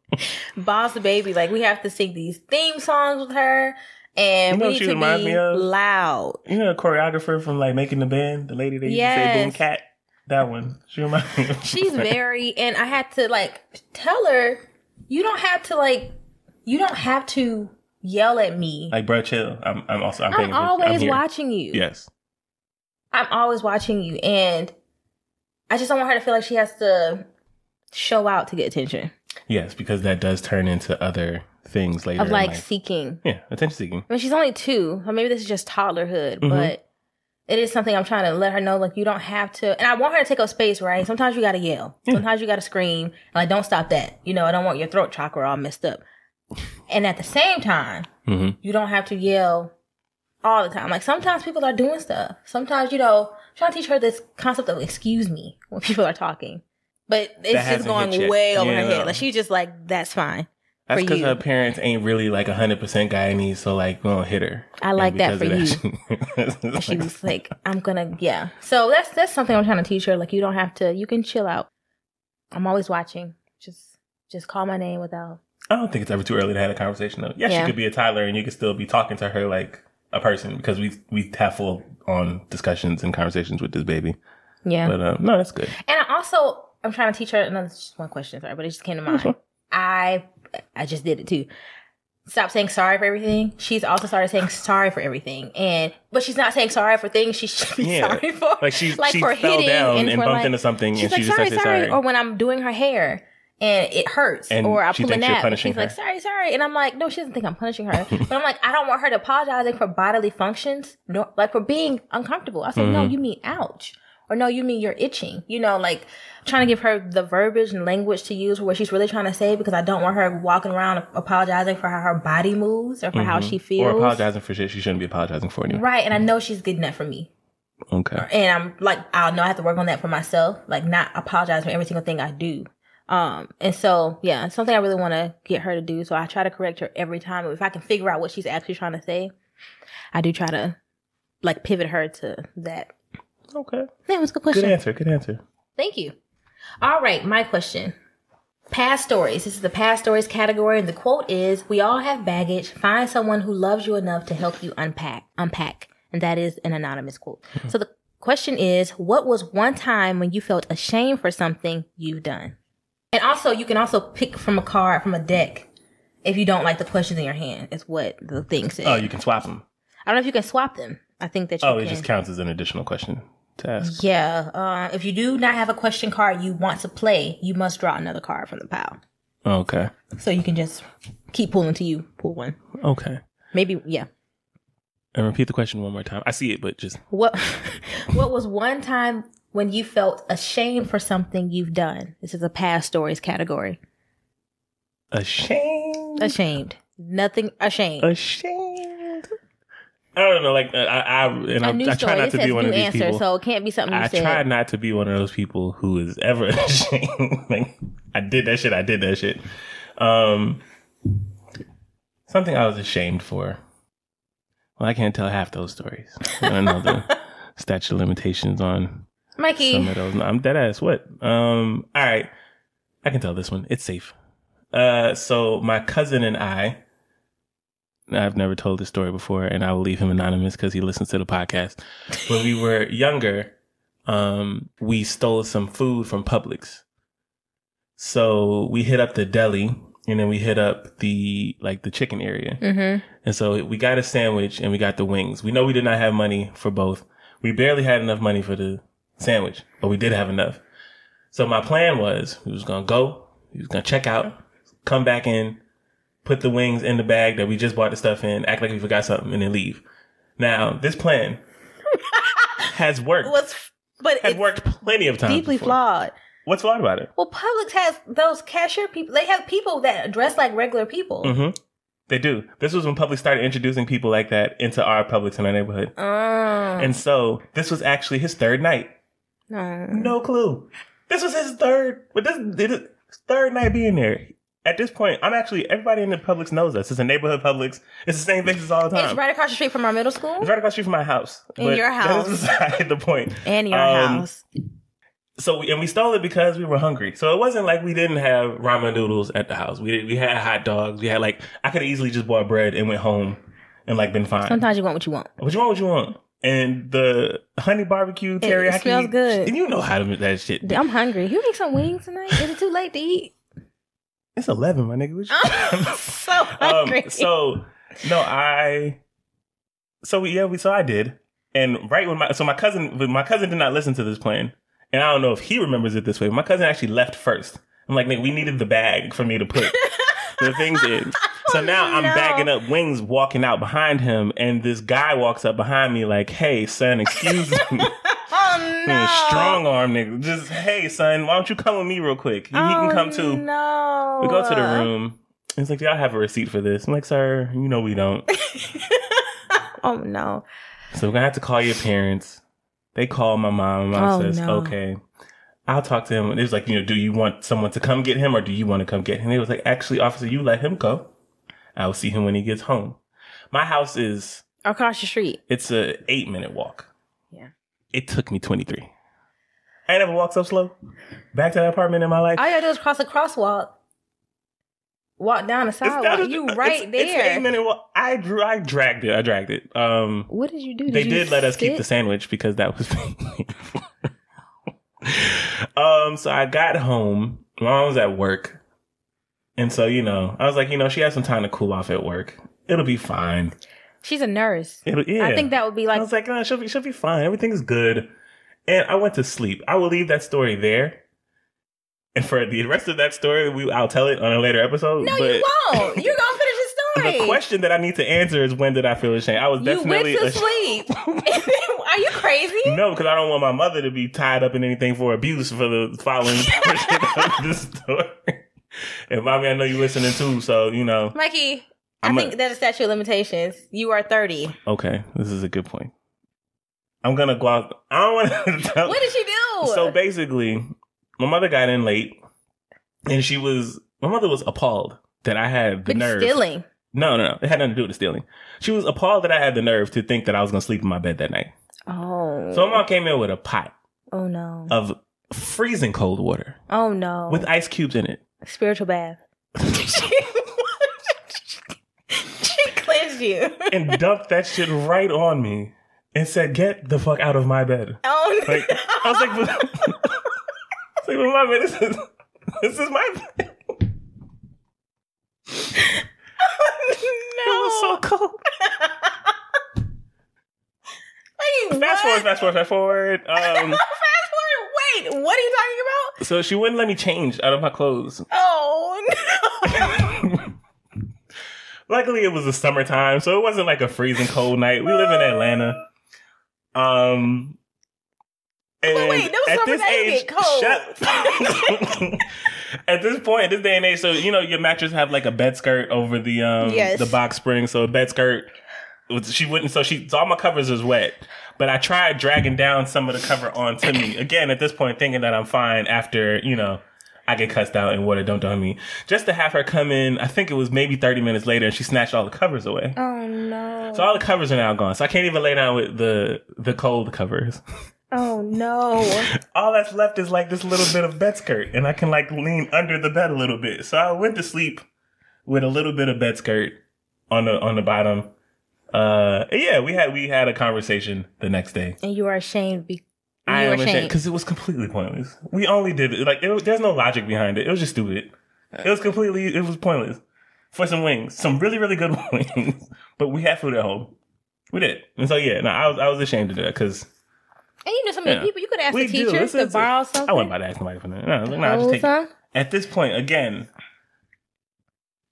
[SPEAKER 2] boss baby. Like we have to sing these theme songs with her, and
[SPEAKER 1] You know what
[SPEAKER 2] we need
[SPEAKER 1] she
[SPEAKER 2] to
[SPEAKER 1] reminds
[SPEAKER 2] be
[SPEAKER 1] me of?
[SPEAKER 2] loud.
[SPEAKER 1] you know, the choreographer from like Making the Band, the lady that used to say "boom
[SPEAKER 2] Yes.
[SPEAKER 1] cat." That one. She reminds me. Of [laughs]
[SPEAKER 2] she's very and i had to like tell her you don't have to like you don't have to yell at me
[SPEAKER 1] like, bro, chill. I'm. I'm also. I'm, paying
[SPEAKER 2] i'm
[SPEAKER 1] attention.
[SPEAKER 2] always
[SPEAKER 1] here.
[SPEAKER 2] watching you
[SPEAKER 1] Yes.
[SPEAKER 2] i'm always watching you and i just don't want her to feel like she has to show out to get attention
[SPEAKER 1] Yes, because that does turn into other things later.
[SPEAKER 2] of
[SPEAKER 1] in
[SPEAKER 2] like
[SPEAKER 1] life.
[SPEAKER 2] seeking
[SPEAKER 1] yeah, attention seeking.
[SPEAKER 2] i mean she's only two or maybe this is just toddlerhood
[SPEAKER 1] Mhm.
[SPEAKER 2] but it is something i'm trying to let her know like you don't have to and i want her to take up space right sometimes you gotta yell sometimes you gotta scream like don't stop that you know i don't want your throat chakra all messed up and at the same time
[SPEAKER 1] hmm
[SPEAKER 2] you don't have to yell all the time. Like sometimes people are doing stuff. Sometimes, you know, trying to teach her this concept of excuse me when people are talking. But it's just
[SPEAKER 1] hasn't hit
[SPEAKER 2] going
[SPEAKER 1] yet.
[SPEAKER 2] way over her
[SPEAKER 1] Yeah.
[SPEAKER 2] head. Like she's just like, that's fine.
[SPEAKER 1] That's
[SPEAKER 2] for
[SPEAKER 1] because
[SPEAKER 2] you.
[SPEAKER 1] her parents ain't really like hundred percent Guyanese, so like we don't hit her.
[SPEAKER 2] I like that
[SPEAKER 1] [laughs]
[SPEAKER 2] for
[SPEAKER 1] you.
[SPEAKER 2] And she was like, I'm gonna yeah. So that's that's something I'm trying to teach her. Like you don't have to you can chill out. I'm always watching. Just just call my name without
[SPEAKER 1] I don't think it's ever too early to have a conversation though. Yeah,
[SPEAKER 2] Yeah.
[SPEAKER 1] she could be a toddler, and you could still be talking to her like a person because we we have full on discussions and conversations with this baby.
[SPEAKER 2] Yeah.
[SPEAKER 1] But uh, no, that's good.
[SPEAKER 2] And I also, I'm trying to teach her another just one question, sorry, but it just came to mind. I, I just did it too. Stop saying sorry for everything. She's also started saying sorry for everything, and but she's not saying sorry for things she should be
[SPEAKER 1] Yeah.
[SPEAKER 2] sorry for,
[SPEAKER 1] Like she she fell down and, bumped into something,
[SPEAKER 2] She's
[SPEAKER 1] and
[SPEAKER 2] like
[SPEAKER 1] she just
[SPEAKER 2] sorry,
[SPEAKER 1] has to say
[SPEAKER 2] sorry,
[SPEAKER 1] sorry.
[SPEAKER 2] or when I'm doing her hair and it hurts,
[SPEAKER 1] And
[SPEAKER 2] or I
[SPEAKER 1] she
[SPEAKER 2] pull a
[SPEAKER 1] thinks you're
[SPEAKER 2] nap, and
[SPEAKER 1] punishing
[SPEAKER 2] she's like
[SPEAKER 1] her.
[SPEAKER 2] sorry, sorry, and I'm like no, she doesn't think I'm
[SPEAKER 1] [laughs]
[SPEAKER 2] punishing her, but I'm like I don't want her to apologizing for bodily functions, nor, like for being uncomfortable. I said
[SPEAKER 1] Mm-hmm.
[SPEAKER 2] no, you mean ouch. Or no, you mean you're itching. You know, like trying to give her the verbiage and language to use for what she's really trying to say because I don't want her walking around apologizing for how her body moves or for how she
[SPEAKER 1] Mm-hmm. Or
[SPEAKER 2] feels.
[SPEAKER 1] apologizing for shit she shouldn't be apologizing for anyway.
[SPEAKER 2] Right. And I know she's getting that from me.
[SPEAKER 1] Okay.
[SPEAKER 2] And I'm like, I know I have to work on that for myself, like not apologize for every single thing I do. Um, and so, yeah, it's something I really want to get her to do. So I try to correct her every time. If I can figure out what she's actually trying to say, I do try to like pivot her to that.
[SPEAKER 1] Okay.
[SPEAKER 2] That was a good
[SPEAKER 1] Good
[SPEAKER 2] question.
[SPEAKER 1] answer. Good answer.
[SPEAKER 2] Thank you. All right, my question. Past stories. This is the past stories category, and the quote is We all have baggage. Find someone who loves you enough to help you unpack unpack. And that is an anonymous quote.
[SPEAKER 1] Mm-hmm.
[SPEAKER 2] So the question is, what was one time when you felt ashamed for something you've done? And also you can also pick from a card from a deck if you don't like the questions in your hand, is what the thing says.
[SPEAKER 1] Oh, you can swap them.
[SPEAKER 2] I don't know if you can swap them. I think that you
[SPEAKER 1] Oh,
[SPEAKER 2] can.
[SPEAKER 1] it just counts as an additional question to ask.
[SPEAKER 2] Yeah. Uh, if you do not have a question card you want to play, you must draw another card from the pile. Mm-hmm.
[SPEAKER 1] Okay.
[SPEAKER 2] So you can just keep pulling till you pull one.
[SPEAKER 1] Okay.
[SPEAKER 2] Maybe yeah.
[SPEAKER 1] And repeat the question one more time. I see it, but just
[SPEAKER 2] What [laughs] What was one time when you felt ashamed for something you've done? This is a past stories category.
[SPEAKER 1] ashamed.
[SPEAKER 2] Ashamed. Nothing ashamed.
[SPEAKER 1] Uh, Ashamed. I don't know. Like uh, I, I and I,
[SPEAKER 2] A new
[SPEAKER 1] I
[SPEAKER 2] story.
[SPEAKER 1] try not
[SPEAKER 2] It
[SPEAKER 1] to
[SPEAKER 2] says
[SPEAKER 1] be one
[SPEAKER 2] new
[SPEAKER 1] of these
[SPEAKER 2] answer,
[SPEAKER 1] people.
[SPEAKER 2] so it can't be something you
[SPEAKER 1] I
[SPEAKER 2] said.
[SPEAKER 1] try not to be one of those people who is ever [laughs] ashamed. like I did that shit. I did that shit. Um, something I was ashamed for. Well, I can't tell half those stories. I don't know the statute of limitations on some
[SPEAKER 2] Mikey,
[SPEAKER 1] of those. No, I'm dead ass. What? Um. All right. I can tell this one. It's safe. Uh. So my cousin and I. I've never told this story before, and I will leave him anonymous because he listens to the podcast. When we were younger, um, we stole some food from Publix. So we hit up the deli, and then we hit up the like the chicken area.
[SPEAKER 2] mm-hmm.
[SPEAKER 1] And so we got a sandwich and we got the wings. We know we did not have money for both. We barely had enough money for the sandwich, but we did have enough. So my plan was we was gonna go, we was gonna check out, come back in, put the wings in the bag that we just bought the stuff in, act like we forgot something, and then leave. Now this
[SPEAKER 2] [laughs]
[SPEAKER 1] plan has worked.
[SPEAKER 2] was but
[SPEAKER 1] had
[SPEAKER 2] it's
[SPEAKER 1] worked plenty of times.
[SPEAKER 2] deeply
[SPEAKER 1] before.
[SPEAKER 2] flawed.
[SPEAKER 1] What's flawed about it?
[SPEAKER 2] Well, Publix has those cashier people. They have people that dress like regular people.
[SPEAKER 1] hmm They do. This was when public started introducing people like that into our publics in our neighborhood.
[SPEAKER 2] Mm.
[SPEAKER 1] And so this was actually his third night.
[SPEAKER 2] Mm.
[SPEAKER 1] No clue. This was his third, but this it is his third night being there. At this point, I'm actually everybody in the Publix knows us. It's a neighborhood Publix. It's the same faces all the time.
[SPEAKER 2] It's right across the street from our middle school
[SPEAKER 1] It's right across the street from my house.
[SPEAKER 2] In
[SPEAKER 1] But
[SPEAKER 2] your
[SPEAKER 1] that is
[SPEAKER 2] house.
[SPEAKER 1] beside the point.
[SPEAKER 2] and your
[SPEAKER 1] Um,
[SPEAKER 2] house.
[SPEAKER 1] So we, and we stole it because we were hungry. So it wasn't like we didn't have ramen noodles at the house. We we had hot dogs. We had like I could have easily just bought bread and went home and like been fine.
[SPEAKER 2] Sometimes you want what you want.
[SPEAKER 1] What you want? What you want? And the honey barbecue teriyaki
[SPEAKER 2] smells good.
[SPEAKER 1] And you know how to make that shit.
[SPEAKER 2] I'm hungry. You make some wings tonight? Is it too late
[SPEAKER 1] [laughs]
[SPEAKER 2] to eat?
[SPEAKER 1] It's eleven, my nigga. What you-
[SPEAKER 2] I'm so
[SPEAKER 1] um,
[SPEAKER 2] hungry.
[SPEAKER 1] so no, I. So we, yeah, we so I did, and right when my so my cousin but my cousin did not listen to this plan, and I don't know if he remembers it this way. But my cousin actually left first. I'm like, nigga, we needed the bag for me to
[SPEAKER 2] [laughs]
[SPEAKER 1] put the things in. So now I'm
[SPEAKER 2] Oh, no.
[SPEAKER 1] bagging up wings, walking out behind him, and this guy walks up behind me like, "Hey, son, excuse me."
[SPEAKER 2] oh no!
[SPEAKER 1] Strong arm nigga. Just hey son, why don't you come with me real quick? He, he
[SPEAKER 2] Oh,
[SPEAKER 1] can come too.
[SPEAKER 2] No.
[SPEAKER 1] We go to the room. It's like, do y'all have a receipt for this? I'm like, sir, you know we don't.
[SPEAKER 2] Oh no.
[SPEAKER 1] so we're gonna have to call your parents. They call my mom. My mom
[SPEAKER 2] Oh,
[SPEAKER 1] says,
[SPEAKER 2] no.
[SPEAKER 1] okay, I'll talk to him. And it was like, you know, do you want someone to come get him or do you want to come get him? They was like, actually, officer, you let him go. I will see him when he gets home. My house is
[SPEAKER 2] Across the street.
[SPEAKER 1] it's a eight minute walk.
[SPEAKER 2] Yeah.
[SPEAKER 1] It took me twenty three. I ain't never walked so slow. Back to that apartment in my life.
[SPEAKER 2] All you gotta do is cross a crosswalk. Walk down the
[SPEAKER 1] It's
[SPEAKER 2] sidewalk.
[SPEAKER 1] down the-
[SPEAKER 2] you
[SPEAKER 1] it's-
[SPEAKER 2] right
[SPEAKER 1] It's
[SPEAKER 2] there.
[SPEAKER 1] eight minute walk. I drew. I dragged it. I dragged it. Um,
[SPEAKER 2] what did you do?
[SPEAKER 1] they
[SPEAKER 2] you
[SPEAKER 1] did let us keep
[SPEAKER 2] sit?
[SPEAKER 1] the sandwich because that was. [laughs] um. So I got home. My mom was at work, and so you know, I was like, you know, she has some time to cool off at work. It'll be fine.
[SPEAKER 2] She's a nurse.
[SPEAKER 1] It'll, yeah.
[SPEAKER 2] I think that would be
[SPEAKER 1] I
[SPEAKER 2] like
[SPEAKER 1] was like, oh, she'll be she'll be fine. Everything's good. And I went to sleep. I will leave that story there. And for the rest of that story, we I'll tell it on a later episode.
[SPEAKER 2] No,
[SPEAKER 1] but
[SPEAKER 2] you won't. You're gonna finish the
[SPEAKER 1] [laughs]
[SPEAKER 2] story.
[SPEAKER 1] The question that I need to answer is when did I feel ashamed? I was
[SPEAKER 2] you went
[SPEAKER 1] definitely
[SPEAKER 2] to
[SPEAKER 1] ash- [laughs]
[SPEAKER 2] sleep. [laughs] Are you crazy?
[SPEAKER 1] no, because I don't want my mother to be tied up in anything for abuse for the
[SPEAKER 2] [laughs]
[SPEAKER 1] following portion of this story. And mommy, I know you're listening too, so you know.
[SPEAKER 2] Mikey, i
[SPEAKER 1] I'm a-
[SPEAKER 2] think that is statute of limitations. You are 30.
[SPEAKER 1] Okay, this is a good point. I'm gonna go out. I don't want to [laughs] tell.
[SPEAKER 2] What did she do?
[SPEAKER 1] So basically, my mother got in late, and she was my mother was appalled that I had the
[SPEAKER 2] But
[SPEAKER 1] nerve.
[SPEAKER 2] stealing.
[SPEAKER 1] No, no, no, it had nothing to do with the stealing. She was appalled that I had the nerve to think that I was gonna sleep in my bed that night.
[SPEAKER 2] Oh.
[SPEAKER 1] So my mom came in with a pot
[SPEAKER 2] oh no.
[SPEAKER 1] of freezing cold water
[SPEAKER 2] oh no.
[SPEAKER 1] with ice cubes in it. [laughs]
[SPEAKER 2] Spiritual bath. [laughs] she, she cleansed you. [laughs]
[SPEAKER 1] and dumped that shit right on me and said, "Get the fuck out of my bed."
[SPEAKER 2] Oh no. [laughs]
[SPEAKER 1] Like I was like, but, [laughs] I was like, but mommy, this is this is my bed. It was [laughs] so cold.
[SPEAKER 2] Wait,
[SPEAKER 1] Fast forward,
[SPEAKER 2] what?
[SPEAKER 1] fast forward, fast forward. Um,
[SPEAKER 2] [laughs] Fast forward. Wait, what are you talking about?
[SPEAKER 1] so she wouldn't let me change out of my clothes.
[SPEAKER 2] Oh no. [laughs]
[SPEAKER 1] [laughs] Luckily, it was the summertime, so it wasn't like a freezing cold night. We live in Atlanta. Um, And
[SPEAKER 2] Wait, wait, those
[SPEAKER 1] at this
[SPEAKER 2] summers that you
[SPEAKER 1] age,
[SPEAKER 2] get cold.
[SPEAKER 1] [laughs] shut.
[SPEAKER 2] [laughs]
[SPEAKER 1] at this point, this day and age, so you know your mattress have like a bed skirt over the um
[SPEAKER 2] Yes.
[SPEAKER 1] the box spring, so a bed skirt. was- She wouldn't, so she so all my covers was wet. But I tried dragging down some of the cover onto me again. At this point, thinking that I'm fine after you know I get cussed out and water dumped on me. Just to have her come in, I think it was maybe 30 minutes later, and she snatched all the covers away.
[SPEAKER 2] Oh no.
[SPEAKER 1] So all the covers are now gone. So I can't even lay down with the the cold covers.
[SPEAKER 2] Oh no.
[SPEAKER 1] [laughs] all that's left is like this little bit of bed skirt, and I can like lean under the bed a little bit. So I went to sleep with a little bit of bed skirt on the on the bottom. Uh, yeah, we had we had a conversation the next day.
[SPEAKER 2] and you are ashamed. Be- you
[SPEAKER 1] I
[SPEAKER 2] are
[SPEAKER 1] am ashamed
[SPEAKER 2] ashamed.
[SPEAKER 1] because it was completely pointless. We only did it like it, was- there's no logic behind it. It was just stupid. It was completely it was pointless for some wings, some really really good [laughs] wings. But we had food at home. We did, and so yeah, no, I was I was ashamed to do that because
[SPEAKER 2] and you know, so many
[SPEAKER 1] Yeah.
[SPEAKER 2] people. You could ask
[SPEAKER 1] We
[SPEAKER 2] the
[SPEAKER 1] do.
[SPEAKER 2] teachers
[SPEAKER 1] It's-
[SPEAKER 2] to
[SPEAKER 1] it's-
[SPEAKER 2] borrow something. Oh,
[SPEAKER 1] I wouldn't about to ask nobody for that. No, no, I
[SPEAKER 2] Hold
[SPEAKER 1] just take
[SPEAKER 2] on.
[SPEAKER 1] at this point again.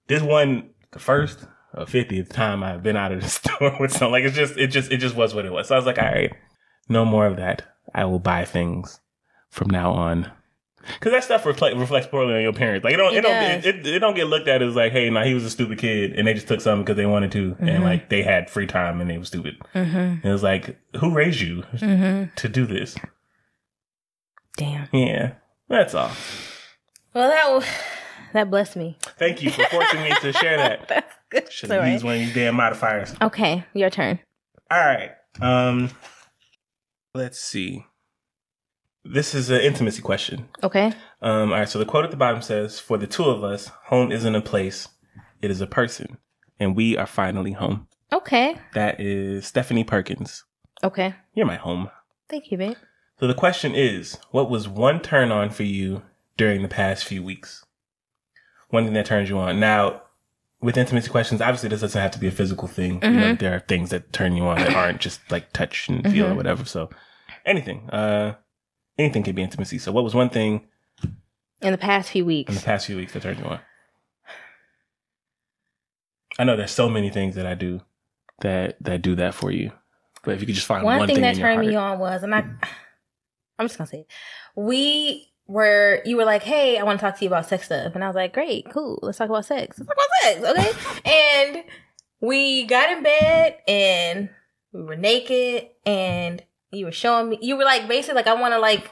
[SPEAKER 1] This one, the first or fiftieth time I've been out of the [laughs] store with something like it's just it just it just was what it was. So I was like, all right, no more of that. I will buy things from now on. Cause that stuff reflect, reflects poorly on your parents. Like it don't, it,
[SPEAKER 2] It
[SPEAKER 1] don't, it,
[SPEAKER 2] does.
[SPEAKER 1] it, it don't get looked at as like, hey, nah, he was a stupid kid, and they just took something because they wanted to, and like they had free time and they were stupid. And it was like, who raised you to do this?
[SPEAKER 2] Damn.
[SPEAKER 1] Yeah, that's all.
[SPEAKER 2] Well, that w- [sighs] that blessed me. [laughs]
[SPEAKER 1] Thank you for forcing me to share that.
[SPEAKER 2] That's good.
[SPEAKER 1] Should
[SPEAKER 2] It's all
[SPEAKER 1] have
[SPEAKER 2] right.
[SPEAKER 1] used one of these damn modifiers.
[SPEAKER 2] Okay, your turn.
[SPEAKER 1] All right. Um, let's see. This is an intimacy question.
[SPEAKER 2] Okay.
[SPEAKER 1] Um, all right. So the quote at the bottom says, "For the two of us, home isn't a place; it is a person, and we are finally home."
[SPEAKER 2] Okay.
[SPEAKER 1] That is Stephanie Perkins.
[SPEAKER 2] Okay.
[SPEAKER 1] You're my home.
[SPEAKER 2] Thank you, babe.
[SPEAKER 1] So the question is, what was one turn on for you during the past few weeks? One thing that turns you on. Now, with intimacy questions, obviously this doesn't have to be a physical thing. You
[SPEAKER 2] Mm-hmm.
[SPEAKER 1] know, there are things that turn you on that aren't just like touch and feel
[SPEAKER 2] Mm-hmm.
[SPEAKER 1] or whatever. So anything, uh, anything can be intimacy. So what was one thing
[SPEAKER 2] In the past few
[SPEAKER 1] in the
[SPEAKER 2] weeks,
[SPEAKER 1] past few weeks that turned you on? I know there's so many things that I do that, that do that for you. But if you could just find
[SPEAKER 2] one,
[SPEAKER 1] one,
[SPEAKER 2] thing, that
[SPEAKER 1] in your
[SPEAKER 2] turned me
[SPEAKER 1] heart.
[SPEAKER 2] on was, and I, [sighs] I'm just gonna say, it. we were, you were like, hey, I want to talk to you about sex stuff, and I was like, great, cool, let's talk about sex. Let's talk about sex,
[SPEAKER 1] [laughs]
[SPEAKER 2] okay? and we got in bed and we were naked, and you were showing me, you were like, basically, like, I want to like,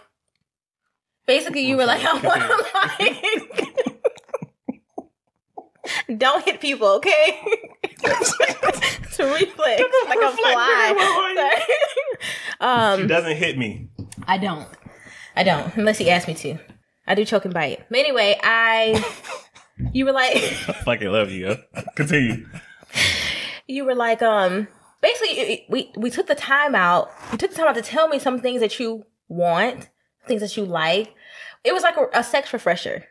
[SPEAKER 2] basically, you were like, I want to like. [laughs] Don't hit people, okay? [laughs] it's a reflex, like a fly. [laughs] Um,
[SPEAKER 1] She doesn't hit me.
[SPEAKER 2] I don't. I don't, unless he asked me to. I do choke and bite. But anyway, I. You were like, [laughs]
[SPEAKER 1] fucking love you. [laughs] yo. Continue.
[SPEAKER 2] you were like, um, basically, it- it- we we took the time out. You took the time out to tell me some things that you want, things that you like. It was like a, a sex refresher,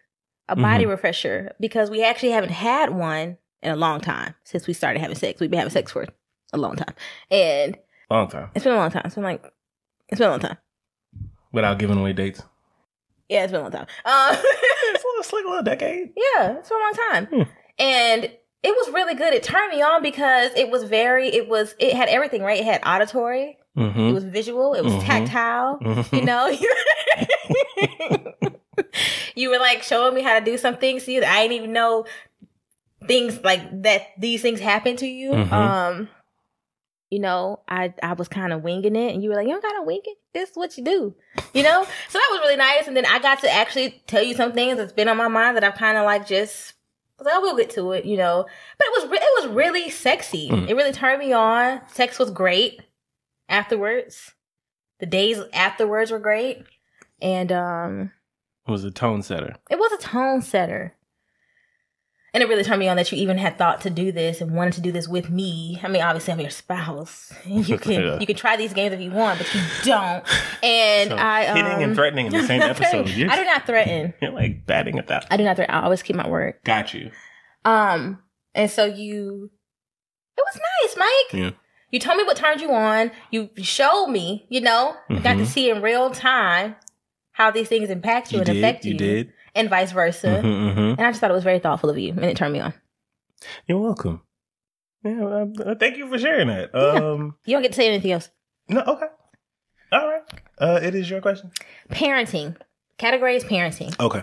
[SPEAKER 2] a body refresher, because we actually haven't had one in a long time since we started having sex. We've been having sex for a long time, and
[SPEAKER 1] Long time
[SPEAKER 2] it's been a long time. It's been like, it's been a long time.
[SPEAKER 1] without giving away dates.
[SPEAKER 2] Yeah, it's been a long time. Um, [laughs]
[SPEAKER 1] It's, a little, it's like a little decade.
[SPEAKER 2] Yeah, it's for a long time. And it was really good. It turned me on because it was very, it was, it had everything, right? It had auditory, it
[SPEAKER 1] Mm-hmm.
[SPEAKER 2] was visual, it was
[SPEAKER 1] Mhm.
[SPEAKER 2] tactile, you know? [laughs] you were like showing me how to do some things to you that I didn't even know things like that, these things happen to you.
[SPEAKER 1] Mhm.
[SPEAKER 2] Um, you know, I, I was kind of winging it, and you were like, "You don't gotta wing it. This is what you do." You know, so that was really nice. And then I got to actually tell you some things that's been on my mind that I've kind of like just I was like, "Oh, we'll get to it," you know. But it was re- it was really sexy. It really turned me on. Sex was great afterwards. The days afterwards were great, and um,
[SPEAKER 1] was a tone setter.
[SPEAKER 2] it was a tone setter. And it really turned me on that you even had thought to do this and wanted to do this with me. I mean, obviously I'm your spouse. [laughs]
[SPEAKER 1] [laughs]
[SPEAKER 2] And you can
[SPEAKER 1] Yeah.
[SPEAKER 2] you can try these games if you want, but you don't. And
[SPEAKER 1] So,
[SPEAKER 2] I um,
[SPEAKER 1] hitting and threatening in the
[SPEAKER 2] [laughs]
[SPEAKER 1] same episode. You're,
[SPEAKER 2] I do not threaten.
[SPEAKER 1] you're like batting at that.
[SPEAKER 2] I do not threaten. I always keep my word.
[SPEAKER 1] Got you.
[SPEAKER 2] Um, and so you, it was nice, Mike.
[SPEAKER 1] Yeah.
[SPEAKER 2] You told me what turned you on. You showed me, you know, I got to
[SPEAKER 1] Mhm.
[SPEAKER 2] see in real time how these things impact you,
[SPEAKER 1] You
[SPEAKER 2] and
[SPEAKER 1] did.
[SPEAKER 2] affect
[SPEAKER 1] You
[SPEAKER 2] you,
[SPEAKER 1] did.
[SPEAKER 2] and vice versa.
[SPEAKER 1] Mhm, mhm.
[SPEAKER 2] And I just thought it was very thoughtful of you, and it turned me on.
[SPEAKER 1] You're welcome. Yeah, well, uh, um, thank you for sharing that.
[SPEAKER 2] Yeah.
[SPEAKER 1] Um,
[SPEAKER 2] You don't get to say anything else.
[SPEAKER 1] no, okay. All right. Uh, it is your question.
[SPEAKER 2] Parenting. Category is parenting.
[SPEAKER 1] Okay.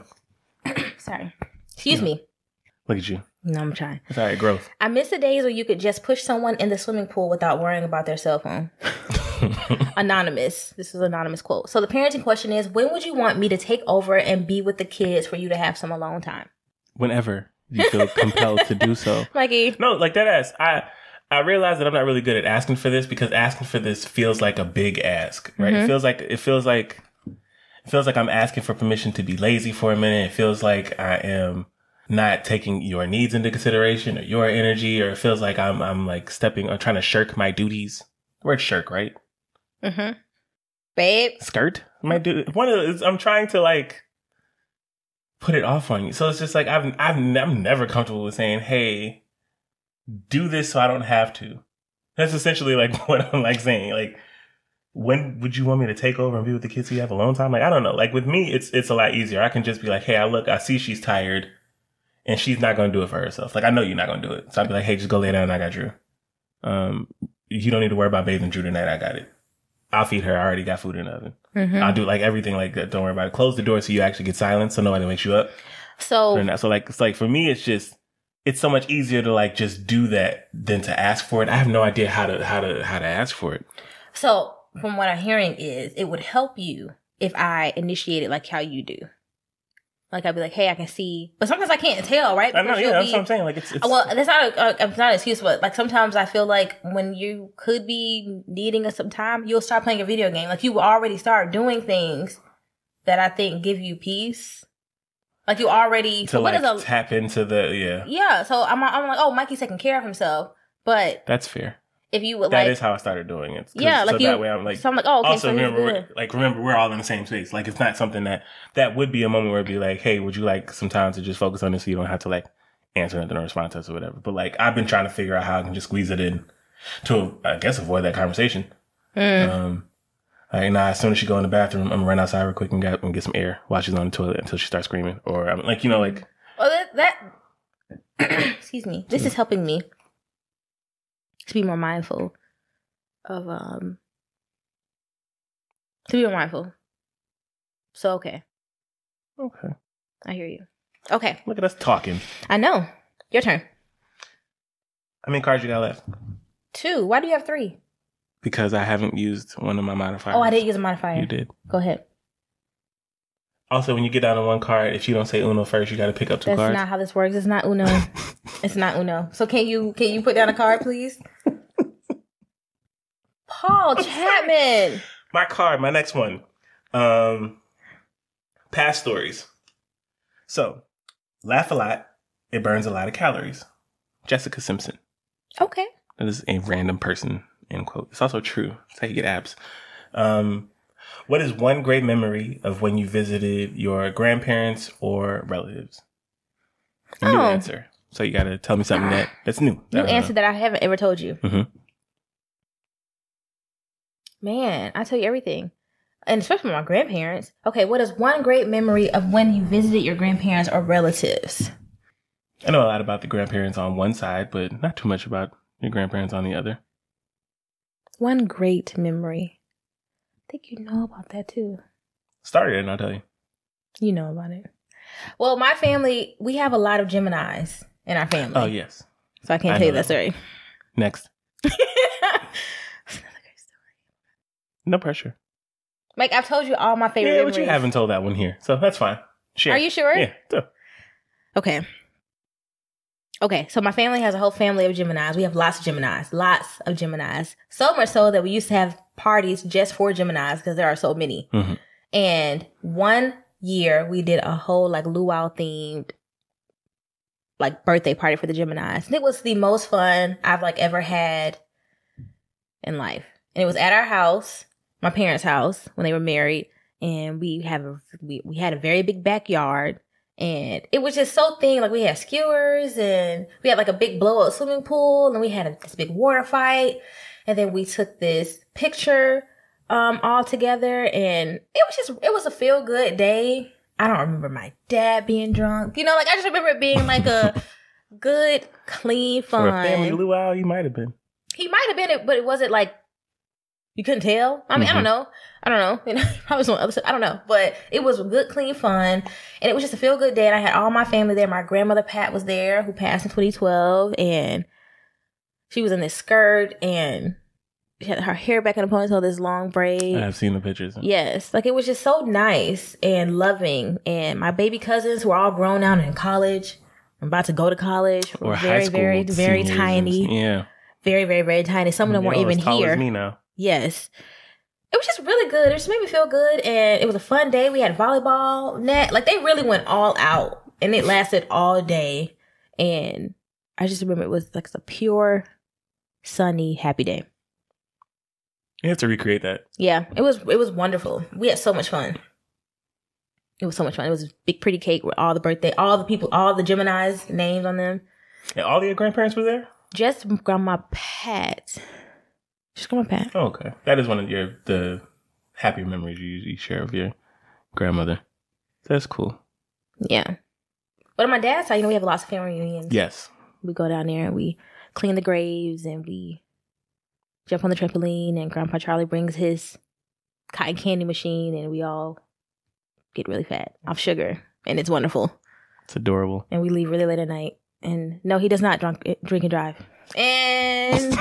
[SPEAKER 2] Sorry. Excuse me.
[SPEAKER 1] Look at you.
[SPEAKER 2] No, I'm trying.
[SPEAKER 1] It's all right. Growth.
[SPEAKER 2] I miss the days where you could just push someone in the swimming pool without worrying about their cell phone. anonymous. This is anonymous quote. So the parenting question is when would you want me to take over and be with the kids for you to have some alone time?
[SPEAKER 1] Whenever you feel compelled to do so.
[SPEAKER 2] Mikey.
[SPEAKER 1] No, like that ass. I I realize that I'm not really good at asking for this because asking for this feels like a big ask, right? It feels like it feels like it feels like I'm asking for permission to be lazy for a minute. It feels like I am not taking your needs into consideration or your energy, or it feels like I'm I'm like stepping or trying to shirk my duties. The word shirk, right?
[SPEAKER 2] Mm-hmm. Babe.
[SPEAKER 1] Skirt my dude. One of those, I'm trying to like put it off on you. So it's just like I've I've n- I'm never comfortable with saying, "Hey, do this so I don't have to." That's essentially like [laughs] what I'm like saying. Like, when would you want me to take over and be with the kids so you have alone time? Like, I don't know. Like with me, it's it's a lot easier. I can just be like, "Hey, I look, I see she's tired, and she's not going to do it for herself. Like, I know you're not going to do it." So I'd be like, "Hey, just go lay down. I got Drew. Um, you don't need to worry about bathing Drew tonight. I got it. I'll feed her. I already got food in the oven." I'll do like everything like that. Don't worry about it. Close the door so you actually get silence so nobody wakes you up.
[SPEAKER 2] So
[SPEAKER 1] Or not. So like it's like for me it's just it's so much easier to like just do that than to ask for it. I have no idea how to how to how to ask for it.
[SPEAKER 2] so from what I'm hearing is it would help you if I initiated like how you do. Like I'd be like, hey, I can see, but sometimes I can't tell, right?
[SPEAKER 1] I know,
[SPEAKER 2] Because
[SPEAKER 1] yeah,
[SPEAKER 2] you'll
[SPEAKER 1] that's
[SPEAKER 2] be-
[SPEAKER 1] what I'm saying. Like it's, it's
[SPEAKER 2] well, that's not a, a, it's not an excuse, but like sometimes I feel like when you could be needing us some time, you'll start playing a video game. Like you will already start doing things that I think give you peace. Like you already.
[SPEAKER 1] to
[SPEAKER 2] so
[SPEAKER 1] like
[SPEAKER 2] what is a
[SPEAKER 1] tap into the yeah.
[SPEAKER 2] yeah? So I'm I'm like, oh, Mikey's taking care of himself, but
[SPEAKER 1] That's fair.
[SPEAKER 2] if you would
[SPEAKER 1] That is
[SPEAKER 2] like,
[SPEAKER 1] how I started doing it. 'Cause-
[SPEAKER 2] yeah, like
[SPEAKER 1] so
[SPEAKER 2] you.
[SPEAKER 1] that way I'm like
[SPEAKER 2] so I'm like, oh, okay,
[SPEAKER 1] also
[SPEAKER 2] so he's
[SPEAKER 1] remember
[SPEAKER 2] good.
[SPEAKER 1] we're, like remember we're all in the same space. Like it's not something that that would be a moment where it'd be like, hey, would you like some time to just focus on this so you don't have to like answer nothing or respond to us or whatever. But like I've been trying to figure out how I can just squeeze it in to I guess avoid that conversation.
[SPEAKER 2] Mm.
[SPEAKER 1] Um like now as soon as she go in the bathroom, I'm gonna run outside real quick and get and get some air while she's on the toilet until she starts screaming. Or I'm like, you know, like
[SPEAKER 2] Well, that,
[SPEAKER 1] [coughs]
[SPEAKER 2] that excuse me. This is helping me to be more mindful of um to be more mindful. So okay,
[SPEAKER 1] Okay.
[SPEAKER 2] I hear you. Okay,
[SPEAKER 1] Look at us talking.
[SPEAKER 2] I know. Your turn.
[SPEAKER 1] How many cards you got left?
[SPEAKER 2] Two. Why do you have three?
[SPEAKER 1] Because I haven't used one of my modifiers.
[SPEAKER 2] Oh, I did use a modifier.
[SPEAKER 1] You did.
[SPEAKER 2] Go ahead.
[SPEAKER 1] Also, when you get down to one card, if you don't say Uno first, you got to pick up two
[SPEAKER 2] That's
[SPEAKER 1] cards.
[SPEAKER 2] not how this works. It's
[SPEAKER 1] [laughs]
[SPEAKER 2] not Uno. it's not Uno. So can you can you put down a
[SPEAKER 1] [laughs]
[SPEAKER 2] card, please? Paul Chapman.
[SPEAKER 1] my card, my next one. Um past stories. So, laugh a lot, it burns a lot of calories. Jessica Simpson.
[SPEAKER 2] Okay.
[SPEAKER 1] That is a random person, end quote. It's also true. It's how you get abs. Um what is one great memory of when you visited your grandparents or relatives? New
[SPEAKER 2] Oh.
[SPEAKER 1] answer. So you gotta tell me something that, that's new.
[SPEAKER 2] You answered that I haven't ever told you.
[SPEAKER 1] Mhm.
[SPEAKER 2] Man, I tell you everything. And especially my grandparents. Okay, what is one great memory of when you visited your grandparents or relatives?
[SPEAKER 1] I know a lot about the grandparents on one side, but not too much about your grandparents on the other.
[SPEAKER 2] One great memory. I think you know about that too.
[SPEAKER 1] Started and I'll tell you.
[SPEAKER 2] You know about it. Well, my family, we have a lot of Geminis in our family.
[SPEAKER 1] Oh yes.
[SPEAKER 2] So I can't
[SPEAKER 1] I
[SPEAKER 2] tell you
[SPEAKER 1] know
[SPEAKER 2] that story. [laughs]
[SPEAKER 1] Next. No pressure.
[SPEAKER 2] Mike, I've told you all my favorite
[SPEAKER 1] yeah, but
[SPEAKER 2] memories.
[SPEAKER 1] you haven't told that one here, so that's fine. Share.
[SPEAKER 2] Are you sure?
[SPEAKER 1] Yeah. so.
[SPEAKER 2] Okay. Okay, so my family has a whole family of Geminis. We have lots of Geminis, lots of Geminis. So much so that we used to have parties just for Geminis because there are so many.
[SPEAKER 1] Mhm.
[SPEAKER 2] And one year we did a whole like luau themed like birthday party for the Geminis. And it was the most fun I've like ever had in life. And it was at our house, my parents' house when they were married, and we have a, we, we had a very big backyard and it was just so thin. Like we had skewers and we had like a big blow up swimming pool and we had a, this big water fight. And then we took this picture, um, all together and it was just, it was a feel good day. I don't remember my dad being drunk. You know, like I just remember it being like a good, clean,
[SPEAKER 1] For
[SPEAKER 2] fun.
[SPEAKER 1] a family luau, you might have been.
[SPEAKER 2] He might have been it, but it wasn't like you couldn't tell. I mean, I don't
[SPEAKER 1] Mm-hmm.
[SPEAKER 2] know. I don't know. [laughs] You know, probably some other stuff. I don't know. But it was good, clean fun. And it was just a feel good day. And I had all my family there. My grandmother Pat was there, who passed in 2012. And she was in this skirt and she had her hair back in a ponytail, this long braid.
[SPEAKER 1] I've seen the pictures.
[SPEAKER 2] Yes, like it was just so nice and loving. And my baby cousins were all grown out and in college, about to go to college.
[SPEAKER 1] Or
[SPEAKER 2] very,
[SPEAKER 1] high school.
[SPEAKER 2] very, very
[SPEAKER 1] seniors.
[SPEAKER 2] tiny,
[SPEAKER 1] Yeah.
[SPEAKER 2] very, very, very tiny. Some of them
[SPEAKER 1] Y'all
[SPEAKER 2] weren't
[SPEAKER 1] as
[SPEAKER 2] even
[SPEAKER 1] tall
[SPEAKER 2] here.
[SPEAKER 1] As me now.
[SPEAKER 2] Yes. It was just really good. It just made me feel good and it was a fun day. We had volleyball net. Like they really went all out and it lasted all day. And I just remember it was like a pure, sunny, happy day.
[SPEAKER 1] You have to recreate that.
[SPEAKER 2] Yeah, it was it was wonderful. We had so much fun. It was so much fun. It was a big pretty cake with all the birthday, all the people, all the Gemini's names on them.
[SPEAKER 1] And all your grandparents were there?
[SPEAKER 2] Just grandma Pat. Just grandma Pat.
[SPEAKER 1] Oh, okay. That is one of your the happy memories you usually share of your grandmother. That's cool.
[SPEAKER 2] Yeah. But on my dad's side, you know, we have lots of family reunions.
[SPEAKER 1] Yes.
[SPEAKER 2] we go down there and we clean the graves and we jump on the trampoline and grandpa charlie brings his cotton candy machine and we all get really fat off sugar and it's wonderful
[SPEAKER 1] It's
[SPEAKER 2] [laughs]
[SPEAKER 1] adorable. [laughs]
[SPEAKER 2] and we leave really late at night and no he does not drunk, eh, drink and drive and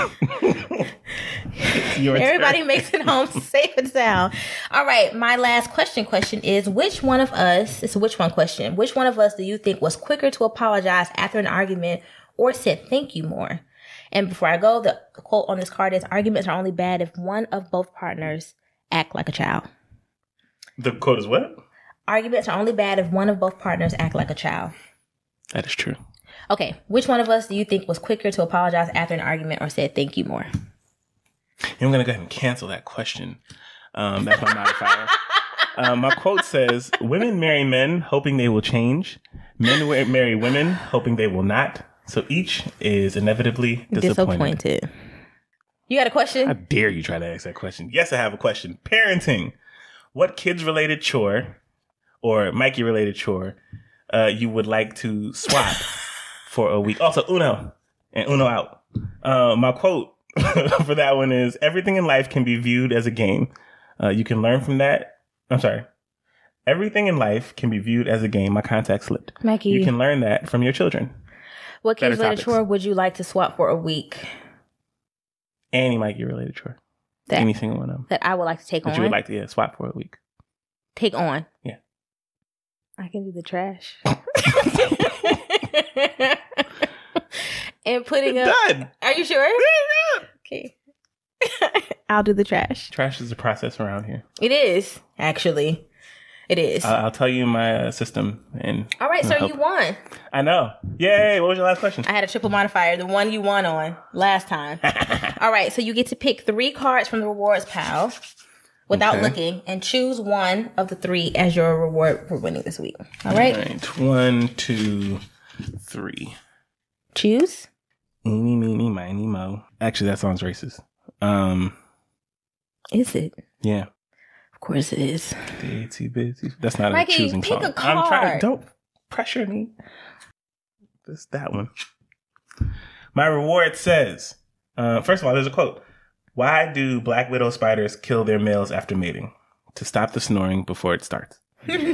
[SPEAKER 1] Your
[SPEAKER 2] everybody
[SPEAKER 1] turn.
[SPEAKER 2] makes it home [laughs] safe and sound all right my last question question is which one of us it's a which one question which one of us do you think was quicker to apologize after an argument or said thank you more and before i go the quote on this card is arguments are only bad if one of both partners act like a child
[SPEAKER 1] [laughs] The quote is what?
[SPEAKER 2] arguments are only bad if one of both partners act like a child
[SPEAKER 1] That is true.
[SPEAKER 2] okay which one of us do you think was quicker to apologize after an argument or said thank you more
[SPEAKER 1] I'm gonna go ahead and cancel that question. Um, that's my modifier. Um, my quote says, "Women marry men hoping they will change. Men wi- marry women hoping they will not. So each is inevitably disappointed."
[SPEAKER 2] disappointed. You got a question?
[SPEAKER 1] How dare you try to ask that question? Yes, I have a question. Parenting. What kids-related chore or Mikey-related chore uh, you would like to swap for a week? Also, Uno and Uno out. Uh, my quote [laughs] for that one is: Everything in life can be viewed as a game. Uh, you can learn from that. I'm sorry. Everything in life can be viewed as a game. My contact slipped.
[SPEAKER 2] Mikey.
[SPEAKER 1] You can learn that from your children.
[SPEAKER 2] what
[SPEAKER 1] better
[SPEAKER 2] kids related
[SPEAKER 1] topics.
[SPEAKER 2] chore would you like to swap for a week
[SPEAKER 1] Any Mikey-related chore.
[SPEAKER 2] that
[SPEAKER 1] Any single one of them
[SPEAKER 2] that I would like to take
[SPEAKER 1] that
[SPEAKER 2] on?
[SPEAKER 1] you would like to yeah, swap for a week.
[SPEAKER 2] take on.
[SPEAKER 1] Yeah.
[SPEAKER 2] I can do the trash. [laughs] and putting up.
[SPEAKER 1] Done.
[SPEAKER 2] Are you sure? Okay. [laughs] I'll do the trash.
[SPEAKER 1] Trash is a process around here.
[SPEAKER 2] It is actually. It is.
[SPEAKER 1] I'll, I'll tell you my uh, system, and
[SPEAKER 2] All right,
[SPEAKER 1] I
[SPEAKER 2] sir.
[SPEAKER 1] hope-
[SPEAKER 2] You won.
[SPEAKER 1] I know. Yay! What was your last question?
[SPEAKER 2] I had a triple modifier, the one you won on last time. All right, so you get to pick three cards from the rewards pile without
[SPEAKER 1] Okay.
[SPEAKER 2] looking and choose one of the three as your reward for winning this week. All right,
[SPEAKER 1] All right, one, two, three.
[SPEAKER 2] choose.
[SPEAKER 1] Eeny, meeny, miny, mo. Actually, that sounds racist. Um,
[SPEAKER 2] Is it?
[SPEAKER 1] yeah.
[SPEAKER 2] Of course it is.
[SPEAKER 1] Itsy bitsy. That's not
[SPEAKER 2] Mikey,
[SPEAKER 1] a choosing
[SPEAKER 2] pick
[SPEAKER 1] song.
[SPEAKER 2] a
[SPEAKER 1] I'm trying.
[SPEAKER 2] card.
[SPEAKER 1] Don't pressure me. It's that one. My reward says. Uh, first of all, there's a quote. Why do black widow spiders kill their males after mating? To stop the snoring before it
[SPEAKER 2] [laughs]
[SPEAKER 1] starts. You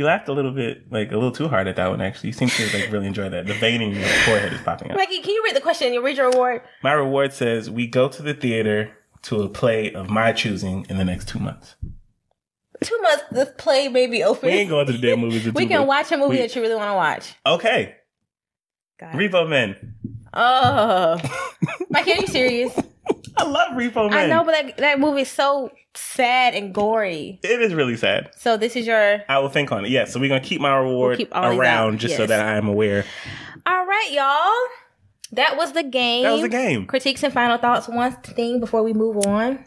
[SPEAKER 1] laughed a little bit, like a little too hard at that one. Actually, you seem to like really enjoy that. The vein in your forehead is popping up.
[SPEAKER 2] Maggie, can you read the question and you read your reward?
[SPEAKER 1] My reward says we go to the theater to a play of my choosing in the next two months.
[SPEAKER 2] Two months, this play may be open.
[SPEAKER 1] We ain't going to the damn movies. in
[SPEAKER 2] We
[SPEAKER 1] two
[SPEAKER 2] can
[SPEAKER 1] months.
[SPEAKER 2] watch a movie
[SPEAKER 1] We-
[SPEAKER 2] that you really want to watch.
[SPEAKER 1] Okay,
[SPEAKER 2] God.
[SPEAKER 1] Repo Men.
[SPEAKER 2] Oh, Mikey, are you serious?
[SPEAKER 1] I love Repo Men.
[SPEAKER 2] I know, but that, that movie is so sad and gory.
[SPEAKER 1] it is really sad.
[SPEAKER 2] So this is your
[SPEAKER 1] I will think on it. Yes, so we're gonna keep my reward
[SPEAKER 2] keep all these
[SPEAKER 1] around
[SPEAKER 2] out.
[SPEAKER 1] just so
[SPEAKER 2] Yes.
[SPEAKER 1] that I am aware.
[SPEAKER 2] all right, y'all. That was the game.
[SPEAKER 1] That was the game.
[SPEAKER 2] Critiques and final thoughts. One thing before we move on.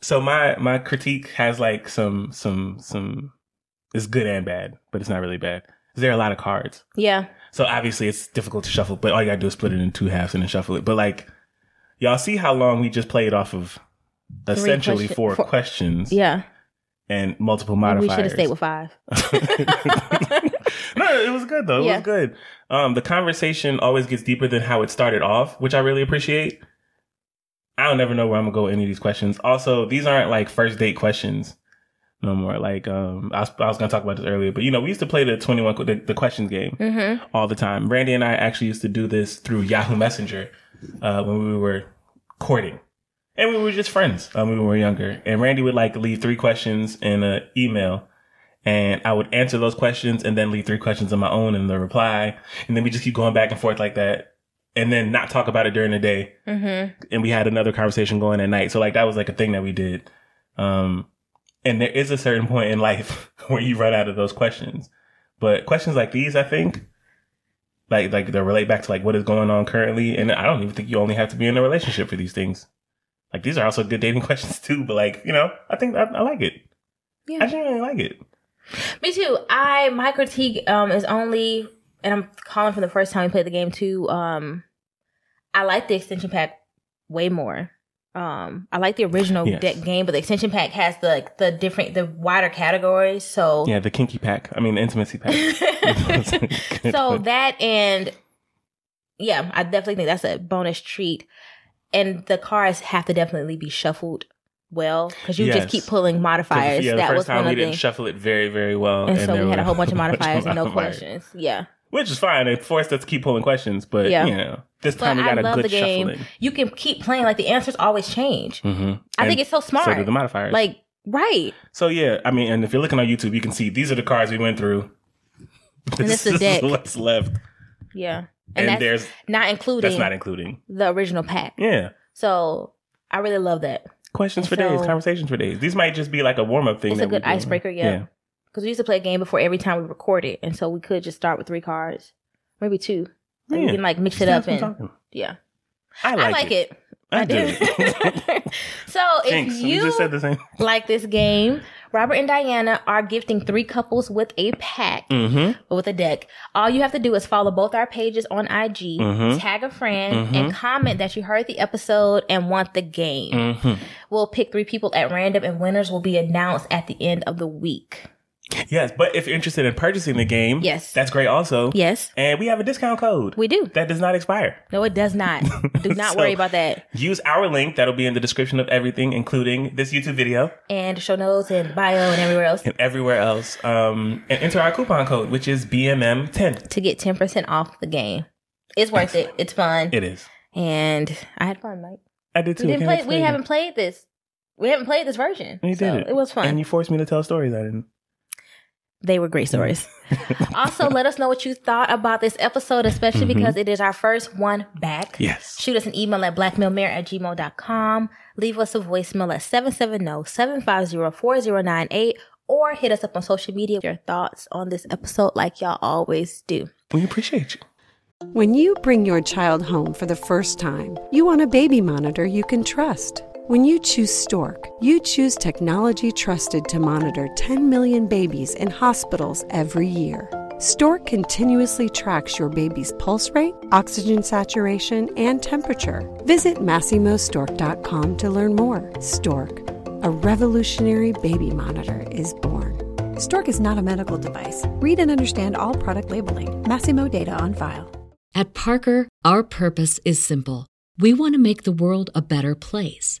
[SPEAKER 1] So my my critique has like some some some. It's good and bad, but it's not really bad. There are a lot of cards.
[SPEAKER 2] Yeah,
[SPEAKER 1] So obviously it's difficult to shuffle, but all you gotta do is split it in two halves and then shuffle it. But like, y'all see how long we just played off of essentially
[SPEAKER 2] question-
[SPEAKER 1] four,
[SPEAKER 2] four-
[SPEAKER 1] questions
[SPEAKER 2] yeah.
[SPEAKER 1] and multiple
[SPEAKER 2] Maybe
[SPEAKER 1] modifiers.
[SPEAKER 2] we should have stayed with five.
[SPEAKER 1] [laughs] no, it was good though. It
[SPEAKER 2] Yeah.
[SPEAKER 1] was good. Um, the conversation always gets deeper than how it started off, which I really appreciate. I don't never know where I'm gonna go with any of these questions. Also, these aren't like first date questions no more. Like, um, I was, I was gonna talk about this earlier, but you know, we used to play the 21, qu- the, the questions game all the time. Randy and I actually used to do this through Yahoo Messenger, uh, when we were courting and we were just friends um, when we were younger. And Randy would like leave three questions in an email, and I would answer those questions and then leave three questions of my own in the reply, and then we just keep going back and forth like that, and then not talk about it during the day. Mm-hmm. And we had another conversation going at night, so like that was like a thing that we did. Um, and there is a certain point in life [laughs] where you run out of those questions, but questions like these, I think. Like, like they relate back to like what is going on currently, and I don't even think you only have to be in a relationship for these things like these are also good dating [laughs] questions too but like you know i think i, I like it yeah i genuinely like it
[SPEAKER 2] Me too. I my critique um is only and I'm calling from the first time we played the game too. Um I like the extension pack way more. Um I like the original
[SPEAKER 1] Yes.
[SPEAKER 2] deck game, but the extension pack has the like the different the wider categories. So
[SPEAKER 1] yeah the kinky pack i mean the intimacy
[SPEAKER 2] [laughs]
[SPEAKER 1] pack [laughs] Good
[SPEAKER 2] so
[SPEAKER 1] one.
[SPEAKER 2] that and yeah, I definitely think that's a bonus treat. And the cards have to definitely be shuffled well because you just
[SPEAKER 1] Yes.
[SPEAKER 2] keep pulling
[SPEAKER 1] 'Cause,
[SPEAKER 2] modifiers.
[SPEAKER 1] yeah the
[SPEAKER 2] that
[SPEAKER 1] first
[SPEAKER 2] was
[SPEAKER 1] time
[SPEAKER 2] one of
[SPEAKER 1] we
[SPEAKER 2] the
[SPEAKER 1] didn't
[SPEAKER 2] things.
[SPEAKER 1] shuffle it very very well
[SPEAKER 2] and so
[SPEAKER 1] there
[SPEAKER 2] we had a
[SPEAKER 1] were [laughs]
[SPEAKER 2] whole bunch of
[SPEAKER 1] a
[SPEAKER 2] modifiers and no
[SPEAKER 1] modifiers.
[SPEAKER 2] questions. Yeah.
[SPEAKER 1] which is fine it forced us to keep pulling questions but
[SPEAKER 2] Yeah.
[SPEAKER 1] you know this
[SPEAKER 2] But
[SPEAKER 1] time we
[SPEAKER 2] I
[SPEAKER 1] got a
[SPEAKER 2] love
[SPEAKER 1] good
[SPEAKER 2] the game.
[SPEAKER 1] shuffling
[SPEAKER 2] You can keep playing. Like the answers always change.
[SPEAKER 1] mm-hmm.
[SPEAKER 2] I think it's so smart.
[SPEAKER 1] so did the modifiers
[SPEAKER 2] like right.
[SPEAKER 1] so yeah i mean and if you're looking on youtube you can see these are the cards we went through
[SPEAKER 2] And
[SPEAKER 1] [laughs]
[SPEAKER 2] this is deck.
[SPEAKER 1] what's left
[SPEAKER 2] Yeah.
[SPEAKER 1] and,
[SPEAKER 2] And, that's
[SPEAKER 1] there's
[SPEAKER 2] not including
[SPEAKER 1] that's not including
[SPEAKER 2] the original pack.
[SPEAKER 1] yeah
[SPEAKER 2] So I really love that.
[SPEAKER 1] questions for
[SPEAKER 2] So-
[SPEAKER 1] days, conversations for days. These might just be like a warm up thing.
[SPEAKER 2] It's
[SPEAKER 1] that
[SPEAKER 2] a
[SPEAKER 1] we
[SPEAKER 2] good
[SPEAKER 1] do.
[SPEAKER 2] icebreaker, yeah. Because we used to play a game before every time we recorded. And so we could just start with three cards. Maybe two. And
[SPEAKER 1] Yeah.
[SPEAKER 2] you can like mix it
[SPEAKER 1] That's
[SPEAKER 2] up
[SPEAKER 1] what I'm
[SPEAKER 2] and
[SPEAKER 1] talking.
[SPEAKER 2] yeah.
[SPEAKER 1] I like,
[SPEAKER 2] I like it.
[SPEAKER 1] I do. [laughs]
[SPEAKER 2] so if
[SPEAKER 1] Jinx,
[SPEAKER 2] you
[SPEAKER 1] you just said the same. [laughs]
[SPEAKER 2] like this game, Robert and Diana are gifting three couples with a pack.
[SPEAKER 1] Mm-hmm.
[SPEAKER 2] with a deck. All you have to do is follow both our pages on IG,
[SPEAKER 1] Mhm.
[SPEAKER 2] tag a friend,
[SPEAKER 1] Mhm.
[SPEAKER 2] and comment that you heard the episode and want the game.
[SPEAKER 1] Mm-hmm.
[SPEAKER 2] We'll pick three people at random, and winners will be announced at the end of the week.
[SPEAKER 1] Yes, but if you're interested in purchasing the game,
[SPEAKER 2] Yes.
[SPEAKER 1] that's great. Also,
[SPEAKER 2] Yes,
[SPEAKER 1] and we have a discount code
[SPEAKER 2] we do.
[SPEAKER 1] that does not expire.
[SPEAKER 2] No, it
[SPEAKER 1] [laughs]
[SPEAKER 2] does not. Do not
[SPEAKER 1] So-
[SPEAKER 2] worry about that.
[SPEAKER 1] Use our link that'll be in the description of everything, including this YouTube video
[SPEAKER 2] And show notes and bio and everywhere else
[SPEAKER 1] and everywhere else. Um, and enter our coupon code, which is BMM10.
[SPEAKER 2] to get ten percent off the game. It's worth it. It's fun,
[SPEAKER 1] It is.
[SPEAKER 2] and I had fun, Mike.
[SPEAKER 1] I did too.
[SPEAKER 2] We didn't
[SPEAKER 1] Can't
[SPEAKER 2] play. We
[SPEAKER 1] explain.
[SPEAKER 2] haven't played this. We haven't played this version.
[SPEAKER 1] You did
[SPEAKER 2] so
[SPEAKER 1] it.
[SPEAKER 2] it was fun.
[SPEAKER 1] And you forced me to tell stories I didn't.
[SPEAKER 2] They were great
[SPEAKER 1] [laughs]
[SPEAKER 2] stories. also, let us know what you thought about this episode, especially because it is our first one back.
[SPEAKER 1] Mm-hmm. Yes.
[SPEAKER 2] Shoot us an email at blackmailmare at gmail.com. Leave us a voicemail at 770-750-4098 or hit us up on social media with your thoughts on this episode like y'all always do.
[SPEAKER 1] We appreciate you.
[SPEAKER 4] When you bring your child home for the first time, you want a baby monitor you can trust. When you choose Stork, you choose technology trusted to monitor 10 million babies in hospitals every year. Stork continuously tracks your baby's pulse rate, oxygen saturation, and temperature. Visit MassimoStork.com to learn more. Stork, a revolutionary baby monitor, is born.
[SPEAKER 5] Stork is not a medical device. Read and understand all product labeling. Massimo data on file.
[SPEAKER 6] At Parker, our purpose is simple. We want to make the world a better place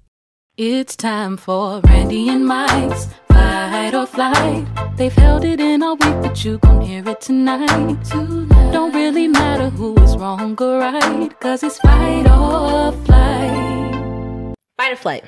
[SPEAKER 7] It's time for Randy and Mike's Fight or Flight. They've held it in all week, but you gon' hear it tonight. Don't really matter who is wrong or right, cause it's Fight or Flight.
[SPEAKER 2] Fight or flight.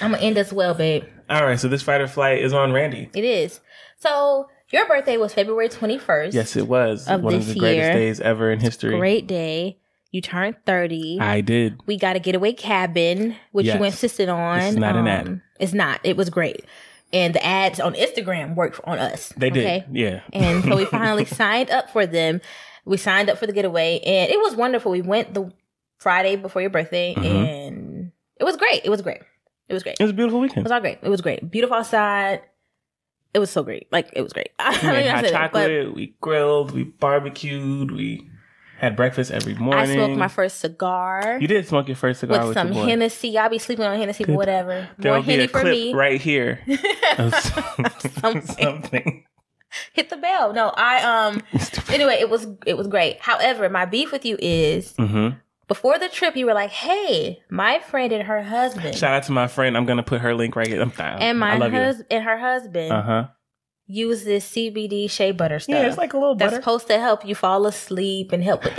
[SPEAKER 2] I'm going to end this well, babe.
[SPEAKER 1] All right, so this fight or flight is on Randy.
[SPEAKER 2] It is. So your birthday was February 21st.
[SPEAKER 1] Yes, it was
[SPEAKER 2] Of
[SPEAKER 1] one of
[SPEAKER 2] this
[SPEAKER 1] the greatest
[SPEAKER 2] year.
[SPEAKER 1] days ever in history.
[SPEAKER 2] Great day. You turned 30.
[SPEAKER 1] I did.
[SPEAKER 2] We got a getaway cabin, which you
[SPEAKER 1] Yes.
[SPEAKER 2] insisted on. Um,
[SPEAKER 1] This is not an ad.
[SPEAKER 2] It's not. It was great. And the ads on Instagram worked on us.
[SPEAKER 1] They did.
[SPEAKER 2] okay?
[SPEAKER 1] Yeah.
[SPEAKER 2] And so we
[SPEAKER 1] [laughs]
[SPEAKER 2] finally signed up for them. We signed up for the getaway and it was wonderful. We went the Friday before your birthday and it was great. It was great. It was great.
[SPEAKER 1] Mm-hmm. it was a beautiful
[SPEAKER 2] [laughs] It
[SPEAKER 1] weekend.
[SPEAKER 2] was all great. It was great. Beautiful outside. it was so great. Like it was great. [laughs] I
[SPEAKER 1] We
[SPEAKER 2] don't
[SPEAKER 1] made
[SPEAKER 2] even
[SPEAKER 1] hot
[SPEAKER 2] say that, but
[SPEAKER 1] chocolate. we grilled. We barbecued. We had breakfast every
[SPEAKER 2] I
[SPEAKER 1] morning.
[SPEAKER 2] smoked my first cigar
[SPEAKER 1] You did smoke your first cigar
[SPEAKER 2] with
[SPEAKER 1] with,
[SPEAKER 2] some
[SPEAKER 1] your boy.
[SPEAKER 2] Hennessy. I be sleeping on Hennessy, but whatever.
[SPEAKER 1] There
[SPEAKER 2] More
[SPEAKER 1] will be
[SPEAKER 2] Henny
[SPEAKER 1] a
[SPEAKER 2] for
[SPEAKER 1] clip
[SPEAKER 2] me.
[SPEAKER 1] right
[SPEAKER 2] [laughs]
[SPEAKER 1] here of something.
[SPEAKER 2] Hit the bell. No,
[SPEAKER 1] [laughs]
[SPEAKER 2] I um. anyway, it was it was great. However, my beef with you is
[SPEAKER 1] hmm
[SPEAKER 2] before the trip, you were like, "Hey, my friend and her husband,
[SPEAKER 1] Shout out to my friend. I'm gonna put her link right here. I'm dying.
[SPEAKER 2] and my
[SPEAKER 1] I love
[SPEAKER 2] hus- and her husband
[SPEAKER 1] you. Uh huh.
[SPEAKER 2] use this CBD shea butter stuff.
[SPEAKER 1] Yeah, it's like a little
[SPEAKER 2] that's
[SPEAKER 1] butter.
[SPEAKER 2] supposed to help you fall asleep and help with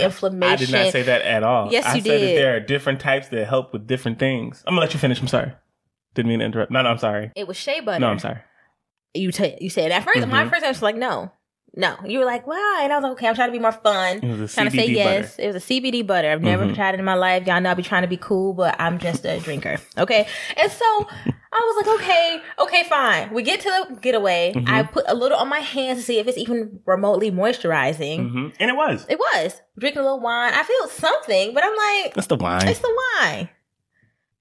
[SPEAKER 1] [laughs]
[SPEAKER 2] inflammation.
[SPEAKER 1] I did not say that at all.
[SPEAKER 2] Yes,
[SPEAKER 1] I
[SPEAKER 2] you
[SPEAKER 1] said
[SPEAKER 2] did.
[SPEAKER 1] that there are different types that help with different things. I'm gonna let you finish. I'm sorry. Didn't mean to interrupt. No, no, I'm sorry.
[SPEAKER 2] It was shea butter.
[SPEAKER 1] No, I'm sorry.
[SPEAKER 2] You t- you said at 1st My
[SPEAKER 1] Mhm.
[SPEAKER 2] first answer was like, "No, no." You were like, "Why?" And I was like, "Okay, I'm trying to be more fun."
[SPEAKER 1] It was a
[SPEAKER 2] Trying to say
[SPEAKER 1] CBD
[SPEAKER 2] yes. It was a CBD butter. I've never
[SPEAKER 1] Mhm.
[SPEAKER 2] tried it in my life. Y'all know I be trying to be cool, but I'm just a drinker. Okay. And so I was like, okay, okay, fine. We get to the getaway.
[SPEAKER 1] Mhm.
[SPEAKER 2] I put a little on my hands to see if it's even remotely moisturizing.
[SPEAKER 1] butter. hmm And it was.
[SPEAKER 2] It was. Drinking a little wine. I feel something, but I'm like,
[SPEAKER 1] That's the wine.
[SPEAKER 2] it's the wine.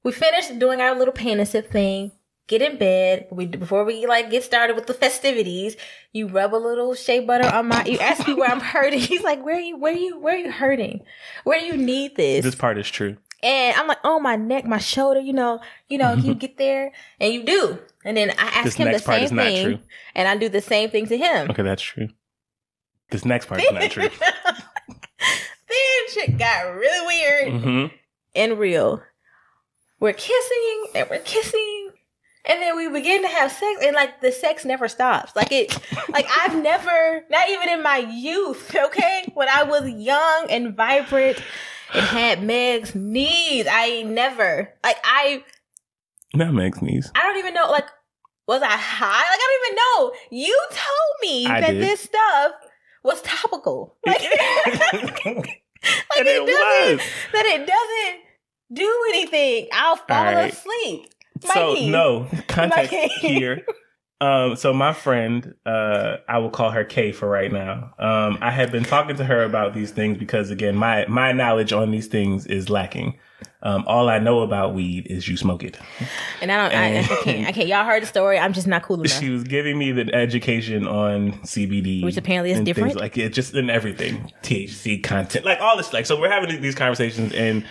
[SPEAKER 2] We finished doing our little penance thing. Get in bed. We before we like get started with the festivities. You rub a little shea butter on my. You ask me where I'm [laughs] hurting. He's like, where are you? Where are you? Where are you hurting? Where do you need this?
[SPEAKER 1] This part is true.
[SPEAKER 2] and I'm like, oh my neck, my shoulder. You know, you know.
[SPEAKER 1] [laughs]
[SPEAKER 2] You get there, and you do. And then I ask
[SPEAKER 1] This
[SPEAKER 2] him the
[SPEAKER 1] next part
[SPEAKER 2] same
[SPEAKER 1] is not
[SPEAKER 2] thing,
[SPEAKER 1] true.
[SPEAKER 2] and I do the same thing to him.
[SPEAKER 1] Okay, that's true. This next part is not true.
[SPEAKER 2] [laughs] then shit got really weird
[SPEAKER 1] hmm
[SPEAKER 2] and real. We're kissing and we're kissing. And then we begin to have sex and like the sex never stops.
[SPEAKER 1] [laughs]
[SPEAKER 2] Like it like I've never not even in my youth, okay? When I was young and vibrant and had Meg's knees. I ain't never like I
[SPEAKER 1] That makes knees.
[SPEAKER 2] I don't even know like was I high? Like I don't even know. You told me
[SPEAKER 1] I
[SPEAKER 2] that
[SPEAKER 1] did.
[SPEAKER 2] this stuff was
[SPEAKER 1] [laughs]
[SPEAKER 2] topical. [laughs] Like, like
[SPEAKER 1] And
[SPEAKER 2] it,
[SPEAKER 1] it
[SPEAKER 2] doesn't
[SPEAKER 1] was.
[SPEAKER 2] that it doesn't do anything. I'll fall
[SPEAKER 1] right.
[SPEAKER 2] asleep.
[SPEAKER 1] so
[SPEAKER 2] Mikey.
[SPEAKER 1] no context
[SPEAKER 2] Mikey.
[SPEAKER 1] here. Um, so my friend, uh, I will call her K for right now. Um, I had been talking to her about these things because again, my my knowledge on these things is lacking. Um, all I know about weed is you smoke it.
[SPEAKER 2] And I don't. I, I can't. I can't. Y'all heard the story. I'm just not
[SPEAKER 1] [laughs]
[SPEAKER 2] cool enough.
[SPEAKER 1] She was giving me the education on CBD,
[SPEAKER 2] Which apparently is
[SPEAKER 1] and things
[SPEAKER 2] different.
[SPEAKER 1] Like it, just in everything, THC content, like all this. Like so, we're having these conversations, and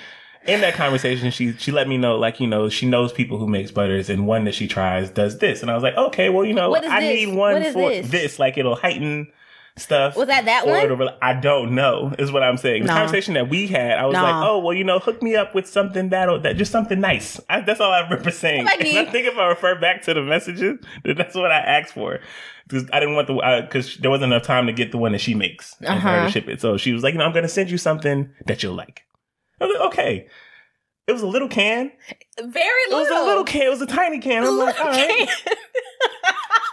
[SPEAKER 1] in that conversation, she she let me know, like you know, she knows people who makes butters, and one that she tries does this, and I was like, okay, well, you know,
[SPEAKER 2] What is
[SPEAKER 1] I
[SPEAKER 2] this?
[SPEAKER 1] need one
[SPEAKER 2] What is
[SPEAKER 1] for
[SPEAKER 2] this?
[SPEAKER 1] this? Like it'll heighten stuff.
[SPEAKER 2] Was that that
[SPEAKER 1] or
[SPEAKER 2] one?
[SPEAKER 1] it'll- I don't know. Is what I'm saying. The
[SPEAKER 2] Nah.
[SPEAKER 1] conversation that we had, I was
[SPEAKER 2] Nah.
[SPEAKER 1] like, oh well, you know, hook me up with something that'll that just something nice. I, that's all I remember saying.
[SPEAKER 2] Like
[SPEAKER 1] And
[SPEAKER 2] me.
[SPEAKER 1] I think if I refer back to the messages, that that's what I asked for. Because I didn't want the, because there wasn't enough time to get the one that she makes and for her
[SPEAKER 2] Uh-huh.
[SPEAKER 1] to ship it. So she was like, you know, I'm going to send you something that you'll like. I was like, okay. It was a little can.
[SPEAKER 2] Very
[SPEAKER 1] It
[SPEAKER 2] little.
[SPEAKER 1] was a little
[SPEAKER 2] [laughs]
[SPEAKER 1] can. It was a tiny can. I'm like, all right.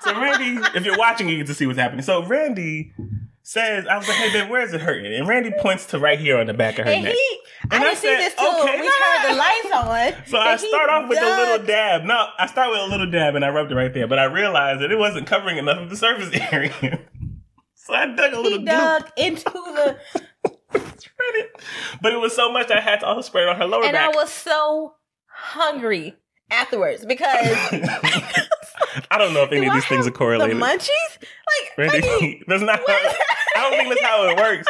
[SPEAKER 1] So Randy, if you're watching, you get to see what's happening. So Randy says, I was like, hey, babe, where is it hurting? And Randy points to right here on the back of her
[SPEAKER 2] And
[SPEAKER 1] neck.
[SPEAKER 2] he.
[SPEAKER 1] And
[SPEAKER 2] I
[SPEAKER 1] I
[SPEAKER 2] didn't see
[SPEAKER 1] said,
[SPEAKER 2] this too.
[SPEAKER 1] okay,
[SPEAKER 2] we
[SPEAKER 1] nah. [laughs]
[SPEAKER 2] turned the lights on.
[SPEAKER 1] So I
[SPEAKER 2] and he
[SPEAKER 1] start off with a little
[SPEAKER 2] dug.
[SPEAKER 1] dab. No, I start with a little dab and I rubbed it right there, but I realized that it wasn't covering enough of the surface [laughs] area. so I dug a little
[SPEAKER 2] He
[SPEAKER 1] dab,
[SPEAKER 2] dug into the.
[SPEAKER 1] but it was so much I had to also spray it on her lower
[SPEAKER 2] and I
[SPEAKER 1] back.
[SPEAKER 2] was so hungry afterwards
[SPEAKER 1] [laughs]
[SPEAKER 2] because.
[SPEAKER 1] [laughs] I don't know if any
[SPEAKER 2] Do
[SPEAKER 1] of
[SPEAKER 2] I
[SPEAKER 1] these things are
[SPEAKER 2] have
[SPEAKER 1] correlated.
[SPEAKER 2] The
[SPEAKER 1] [laughs]
[SPEAKER 2] munchies? Like, Mikey,
[SPEAKER 1] Randy, that's not. How,
[SPEAKER 2] What?
[SPEAKER 1] I don't think that's how it works.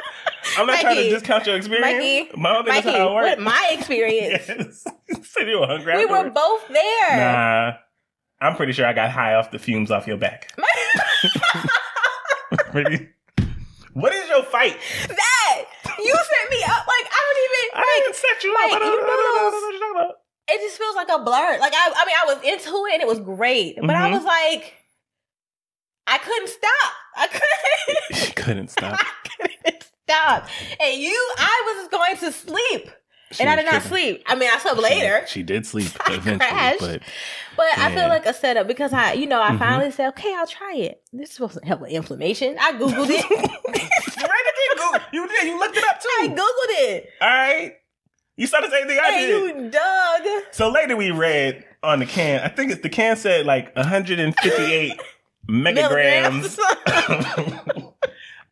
[SPEAKER 1] I'm not trying
[SPEAKER 2] Mikey,
[SPEAKER 1] to discount your experience.
[SPEAKER 2] Mikey,
[SPEAKER 1] but I don't think
[SPEAKER 2] Mikey,
[SPEAKER 1] that's how it
[SPEAKER 2] what
[SPEAKER 1] works. [laughs]
[SPEAKER 2] my experience.
[SPEAKER 1] yes. [laughs] You said you were hungry.
[SPEAKER 2] we were
[SPEAKER 1] afterwards.
[SPEAKER 2] both there.
[SPEAKER 1] Nah, I'm pretty sure I got high off the fumes off your back. Really? what is your fight?
[SPEAKER 2] [laughs] that you set me up like I don't even.
[SPEAKER 1] I
[SPEAKER 2] like,
[SPEAKER 1] didn't set you up. I
[SPEAKER 2] Mike,
[SPEAKER 1] don't,
[SPEAKER 2] you
[SPEAKER 1] I don't- I
[SPEAKER 2] know-
[SPEAKER 1] don't know what you're talking about.
[SPEAKER 2] it just feels like a blur. Like I, I mean, I was into it and it was great, but
[SPEAKER 1] Mhm.
[SPEAKER 2] I was like, I couldn't stop. I [laughs] couldn't,
[SPEAKER 1] She couldn't stop.
[SPEAKER 2] I couldn't stop. And you, I was going to sleep, [laughs] and I did not sleep. I mean, I slept later,
[SPEAKER 1] She did
[SPEAKER 2] [laughs]
[SPEAKER 1] sleep
[SPEAKER 2] I
[SPEAKER 1] eventually,
[SPEAKER 2] crashed.
[SPEAKER 1] but
[SPEAKER 2] but I feel
[SPEAKER 1] Yeah.
[SPEAKER 2] like a setup because I, you know, I
[SPEAKER 1] Mhm.
[SPEAKER 2] finally said, okay, I'll try it. This is supposed to help with inflammation. I googled
[SPEAKER 1] [laughs]
[SPEAKER 2] it.
[SPEAKER 1] you did. You looked it up
[SPEAKER 2] I googled it,
[SPEAKER 1] All right, you saw the same thing I
[SPEAKER 2] and
[SPEAKER 1] did.
[SPEAKER 2] you dug.
[SPEAKER 1] So later we read on the can. I think it's the can said like
[SPEAKER 2] [laughs]
[SPEAKER 1] 158 megagrams. [laughs]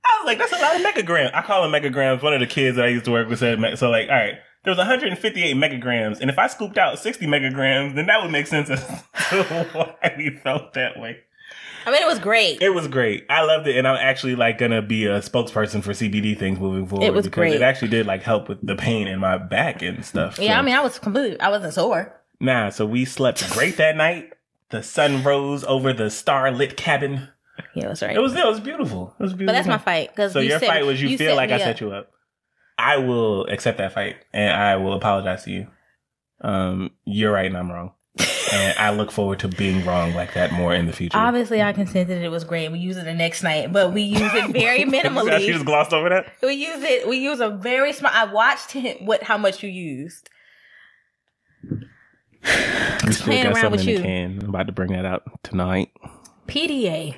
[SPEAKER 1] I was like, that's a lot of megagrams. I call them megagrams. One of the kids that I used to work with said, me- so like, all right, there was 158 megagrams, and if I [laughs] scooped out 60 megagrams, then that would make sense as to why we felt that way.
[SPEAKER 2] I mean, it was great.
[SPEAKER 1] It was great. I loved it, and I'm actually like gonna be a spokesperson for CBD things moving forward.
[SPEAKER 2] It was
[SPEAKER 1] because
[SPEAKER 2] great.
[SPEAKER 1] It actually did like help with the pain in my back and stuff.
[SPEAKER 2] yeah,
[SPEAKER 1] So-
[SPEAKER 2] I mean, I was completely, I wasn't sore.
[SPEAKER 1] Nah, so we slept great that night. The sun rose over the starlit cabin.
[SPEAKER 2] Yeah, it was right.
[SPEAKER 1] It was it was beautiful. It was beautiful.
[SPEAKER 2] but that's my fight. Because
[SPEAKER 1] Mm-hmm. So your fight was you, feel like I set
[SPEAKER 2] said
[SPEAKER 1] you up. I will accept that fight and I will apologize to you. Um, you're right and I'm wrong. and I look forward to being wrong like that more in the future.
[SPEAKER 2] Obviously, I consented. It was great. We used it the next night, but we used it
[SPEAKER 1] [laughs]
[SPEAKER 2] very
[SPEAKER 1] she just
[SPEAKER 2] minimally.
[SPEAKER 1] glossed over that.
[SPEAKER 2] we used it. We used a very small. I watched him. What? How much you used?
[SPEAKER 1] We still
[SPEAKER 2] playing
[SPEAKER 1] got
[SPEAKER 2] around
[SPEAKER 1] something
[SPEAKER 2] with
[SPEAKER 1] in the
[SPEAKER 2] you.
[SPEAKER 1] can. I'm about to bring that out tonight.
[SPEAKER 2] [laughs] PDA.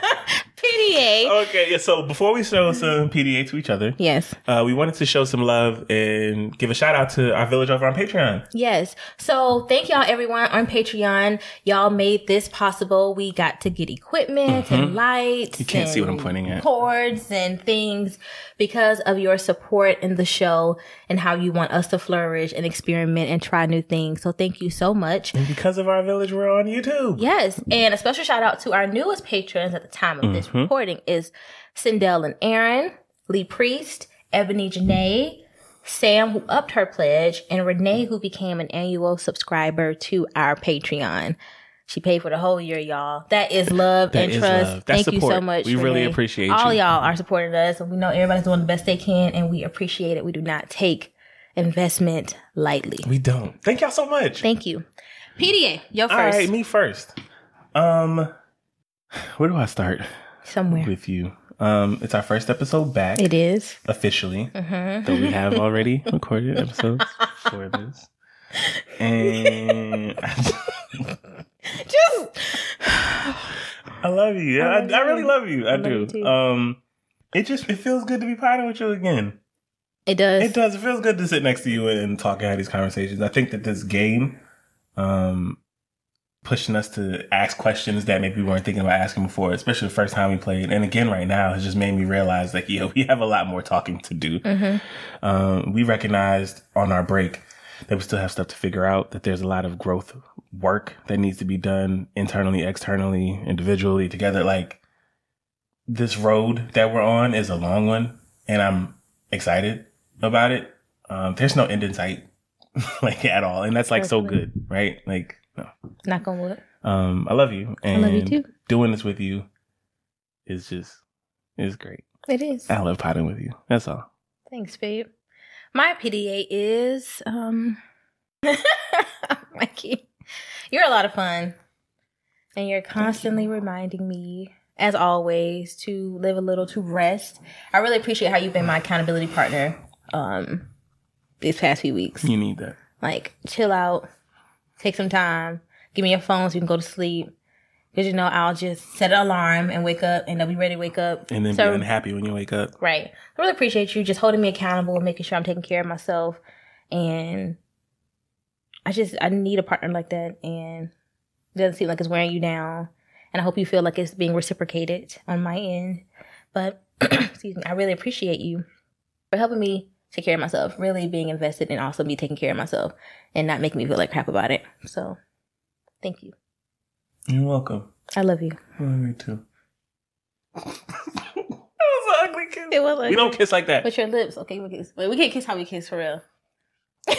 [SPEAKER 2] PDA.
[SPEAKER 1] Okay, yeah, so before we show some PDA to each other,
[SPEAKER 2] Yes.
[SPEAKER 1] uh, we wanted to show some love and give a shout out to our village over on Patreon.
[SPEAKER 2] Yes. So thank y'all everyone on Patreon. Y'all made this possible. We got to get equipment and lights.
[SPEAKER 1] Mm-hmm. You can't see what I'm
[SPEAKER 2] and
[SPEAKER 1] pointing at.
[SPEAKER 2] Cords and things because of your support in the show and how you want us to flourish and experiment and try new things. So thank you so much.
[SPEAKER 1] And because of our village, we're on YouTube.
[SPEAKER 2] Yes, and a special shout out to our newest patrons at the time of this
[SPEAKER 1] Mm-hmm.
[SPEAKER 2] recording is Sindel and Aaron, Lee Priest, Ebony Janae, Sam who upped her pledge, and Renee who became an annual subscriber to our Patreon. She paid for the whole year, y'all. That is love
[SPEAKER 1] That
[SPEAKER 2] and
[SPEAKER 1] is
[SPEAKER 2] trust.
[SPEAKER 1] love. That's
[SPEAKER 2] Thank you so
[SPEAKER 1] support.
[SPEAKER 2] much.
[SPEAKER 1] We really appreciate
[SPEAKER 2] All
[SPEAKER 1] you.
[SPEAKER 2] y'all are supporting us, and we know everybody's doing the best they can, and we appreciate it. We do not take investment lightly.
[SPEAKER 1] We don't. Thank y'all so much.
[SPEAKER 2] Thank you. PDA, your
[SPEAKER 1] All
[SPEAKER 2] first
[SPEAKER 1] right, me first. Um, where do I start
[SPEAKER 2] somewhere.
[SPEAKER 1] with you? Um, it's our first episode back
[SPEAKER 2] It is.
[SPEAKER 1] officially, though we have [laughs] already recorded episodes for this. [laughs] And
[SPEAKER 2] Just
[SPEAKER 1] I love you. I, I really love you. I, do.
[SPEAKER 2] too.
[SPEAKER 1] um, it just it feels good to be partnered with you again.
[SPEAKER 2] It does.
[SPEAKER 1] It does. It feels good to sit next to you and, and talk and have these conversations. I think that this game, um, pushing us to ask questions that maybe we weren't thinking about asking before, especially the first time we played, and again right now, has just made me realize [laughs] like, yo, we have a lot more talking to do. Um, we recognized on our break that we still have stuff to figure out. That there's a lot of growth work that needs to be done internally, externally, individually, together. Like this road that we're on is a long one, and I'm excited about it. Um, there's no end in sight, [laughs] like at all, and that's like so good, right? Like, no.
[SPEAKER 2] Knock on wood.
[SPEAKER 1] um, I love you, and
[SPEAKER 2] love you too.
[SPEAKER 1] doing this with you is just is great.
[SPEAKER 2] It is.
[SPEAKER 1] I love potting with you. That's all.
[SPEAKER 2] Thanks, babe. My PDA is um [laughs] Mikey. You're a lot of fun. And you're constantly reminding me, as always, to live a little, to rest. I really appreciate how you've been my accountability partner um these past few weeks.
[SPEAKER 1] You need that.
[SPEAKER 2] Like, chill out, take some time, give me your phone so you can go to sleep. Cause you know, I'll just set an alarm and wake up and I'll be ready to wake up.
[SPEAKER 1] and then
[SPEAKER 2] So-
[SPEAKER 1] be unhappy when you wake up.
[SPEAKER 2] Right. I really appreciate you just holding me accountable and making sure I'm taking care of myself. And I just, I need a partner like that. And it doesn't seem like it's wearing you down. And I hope you feel like it's being reciprocated on my end. But, [clears throat] excuse me, I really appreciate you for helping me take care of myself, really being invested and also me taking care of myself and not making me feel like crap about it. So, thank you.
[SPEAKER 1] You're welcome.
[SPEAKER 2] I love you.
[SPEAKER 1] I love you too. [laughs] that was an ugly kiss.
[SPEAKER 2] It was
[SPEAKER 1] We don't kiss like that.
[SPEAKER 2] With your lips. Okay, we kiss. Wait, we can't kiss how we kiss for real. [laughs]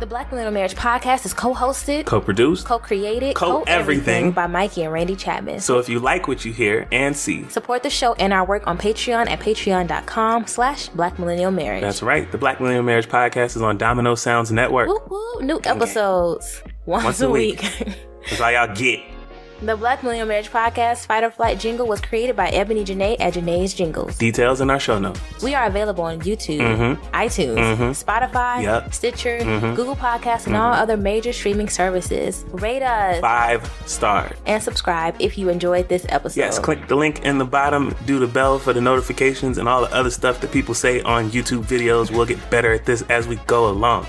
[SPEAKER 2] The Black Millennial Marriage Podcast is co-hosted,
[SPEAKER 1] Co-produced.
[SPEAKER 2] co-created,
[SPEAKER 1] Co-everything.
[SPEAKER 2] by Mikey and Randy Chapman.
[SPEAKER 1] so if you like what you hear and see,
[SPEAKER 2] Support the show and our work on Patreon at patreon.com slash Black Millennial Marriage.
[SPEAKER 1] that's right. The Black Millennial Marriage Podcast is on Domino Sounds Network.
[SPEAKER 2] Woo woo, new episodes once,
[SPEAKER 1] Once
[SPEAKER 2] a
[SPEAKER 1] a week.
[SPEAKER 2] week. [laughs]
[SPEAKER 1] That's all y'all get.
[SPEAKER 2] the Black Millennial Marriage Podcast Fight or Flight jingle was created by Ebony Janae at Janae's Jingles.
[SPEAKER 1] Details in our show notes.
[SPEAKER 2] We are available on YouTube,
[SPEAKER 1] Mhm.
[SPEAKER 2] iTunes,
[SPEAKER 1] Mhm.
[SPEAKER 2] Spotify,
[SPEAKER 1] Yep.
[SPEAKER 2] Stitcher,
[SPEAKER 1] Mm-hmm.
[SPEAKER 2] Google Podcasts, and all other major streaming services. Rate us
[SPEAKER 1] Five stars.
[SPEAKER 2] and subscribe if you enjoyed this episode.
[SPEAKER 1] Yes,
[SPEAKER 2] [laughs]
[SPEAKER 1] click the link in the bottom, do the bell for the notifications and all the other stuff that people say on YouTube videos. We'll get better at this as we go
[SPEAKER 2] [laughs]
[SPEAKER 1] along.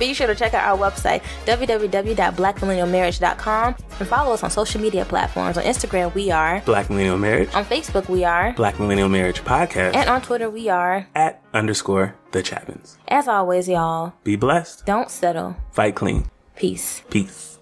[SPEAKER 2] Be sure to check out our website, www.blackmillennialmarriage.com, and follow us on social social media platforms. On Instagram, we are.
[SPEAKER 3] Black Millennial Marriage,
[SPEAKER 2] On Facebook, we are.
[SPEAKER 3] Black Millennial Marriage Podcast,
[SPEAKER 2] And on Twitter, we are.
[SPEAKER 3] at underscore the Chapmans.
[SPEAKER 2] As always, y'all,
[SPEAKER 3] Be blessed.
[SPEAKER 2] don't settle.
[SPEAKER 3] Fight clean.
[SPEAKER 2] Peace.
[SPEAKER 3] Peace.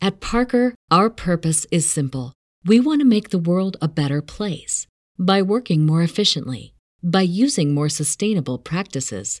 [SPEAKER 6] At Parker, our purpose is simple. We want to make the world a better place by working more efficiently, by using more sustainable practices,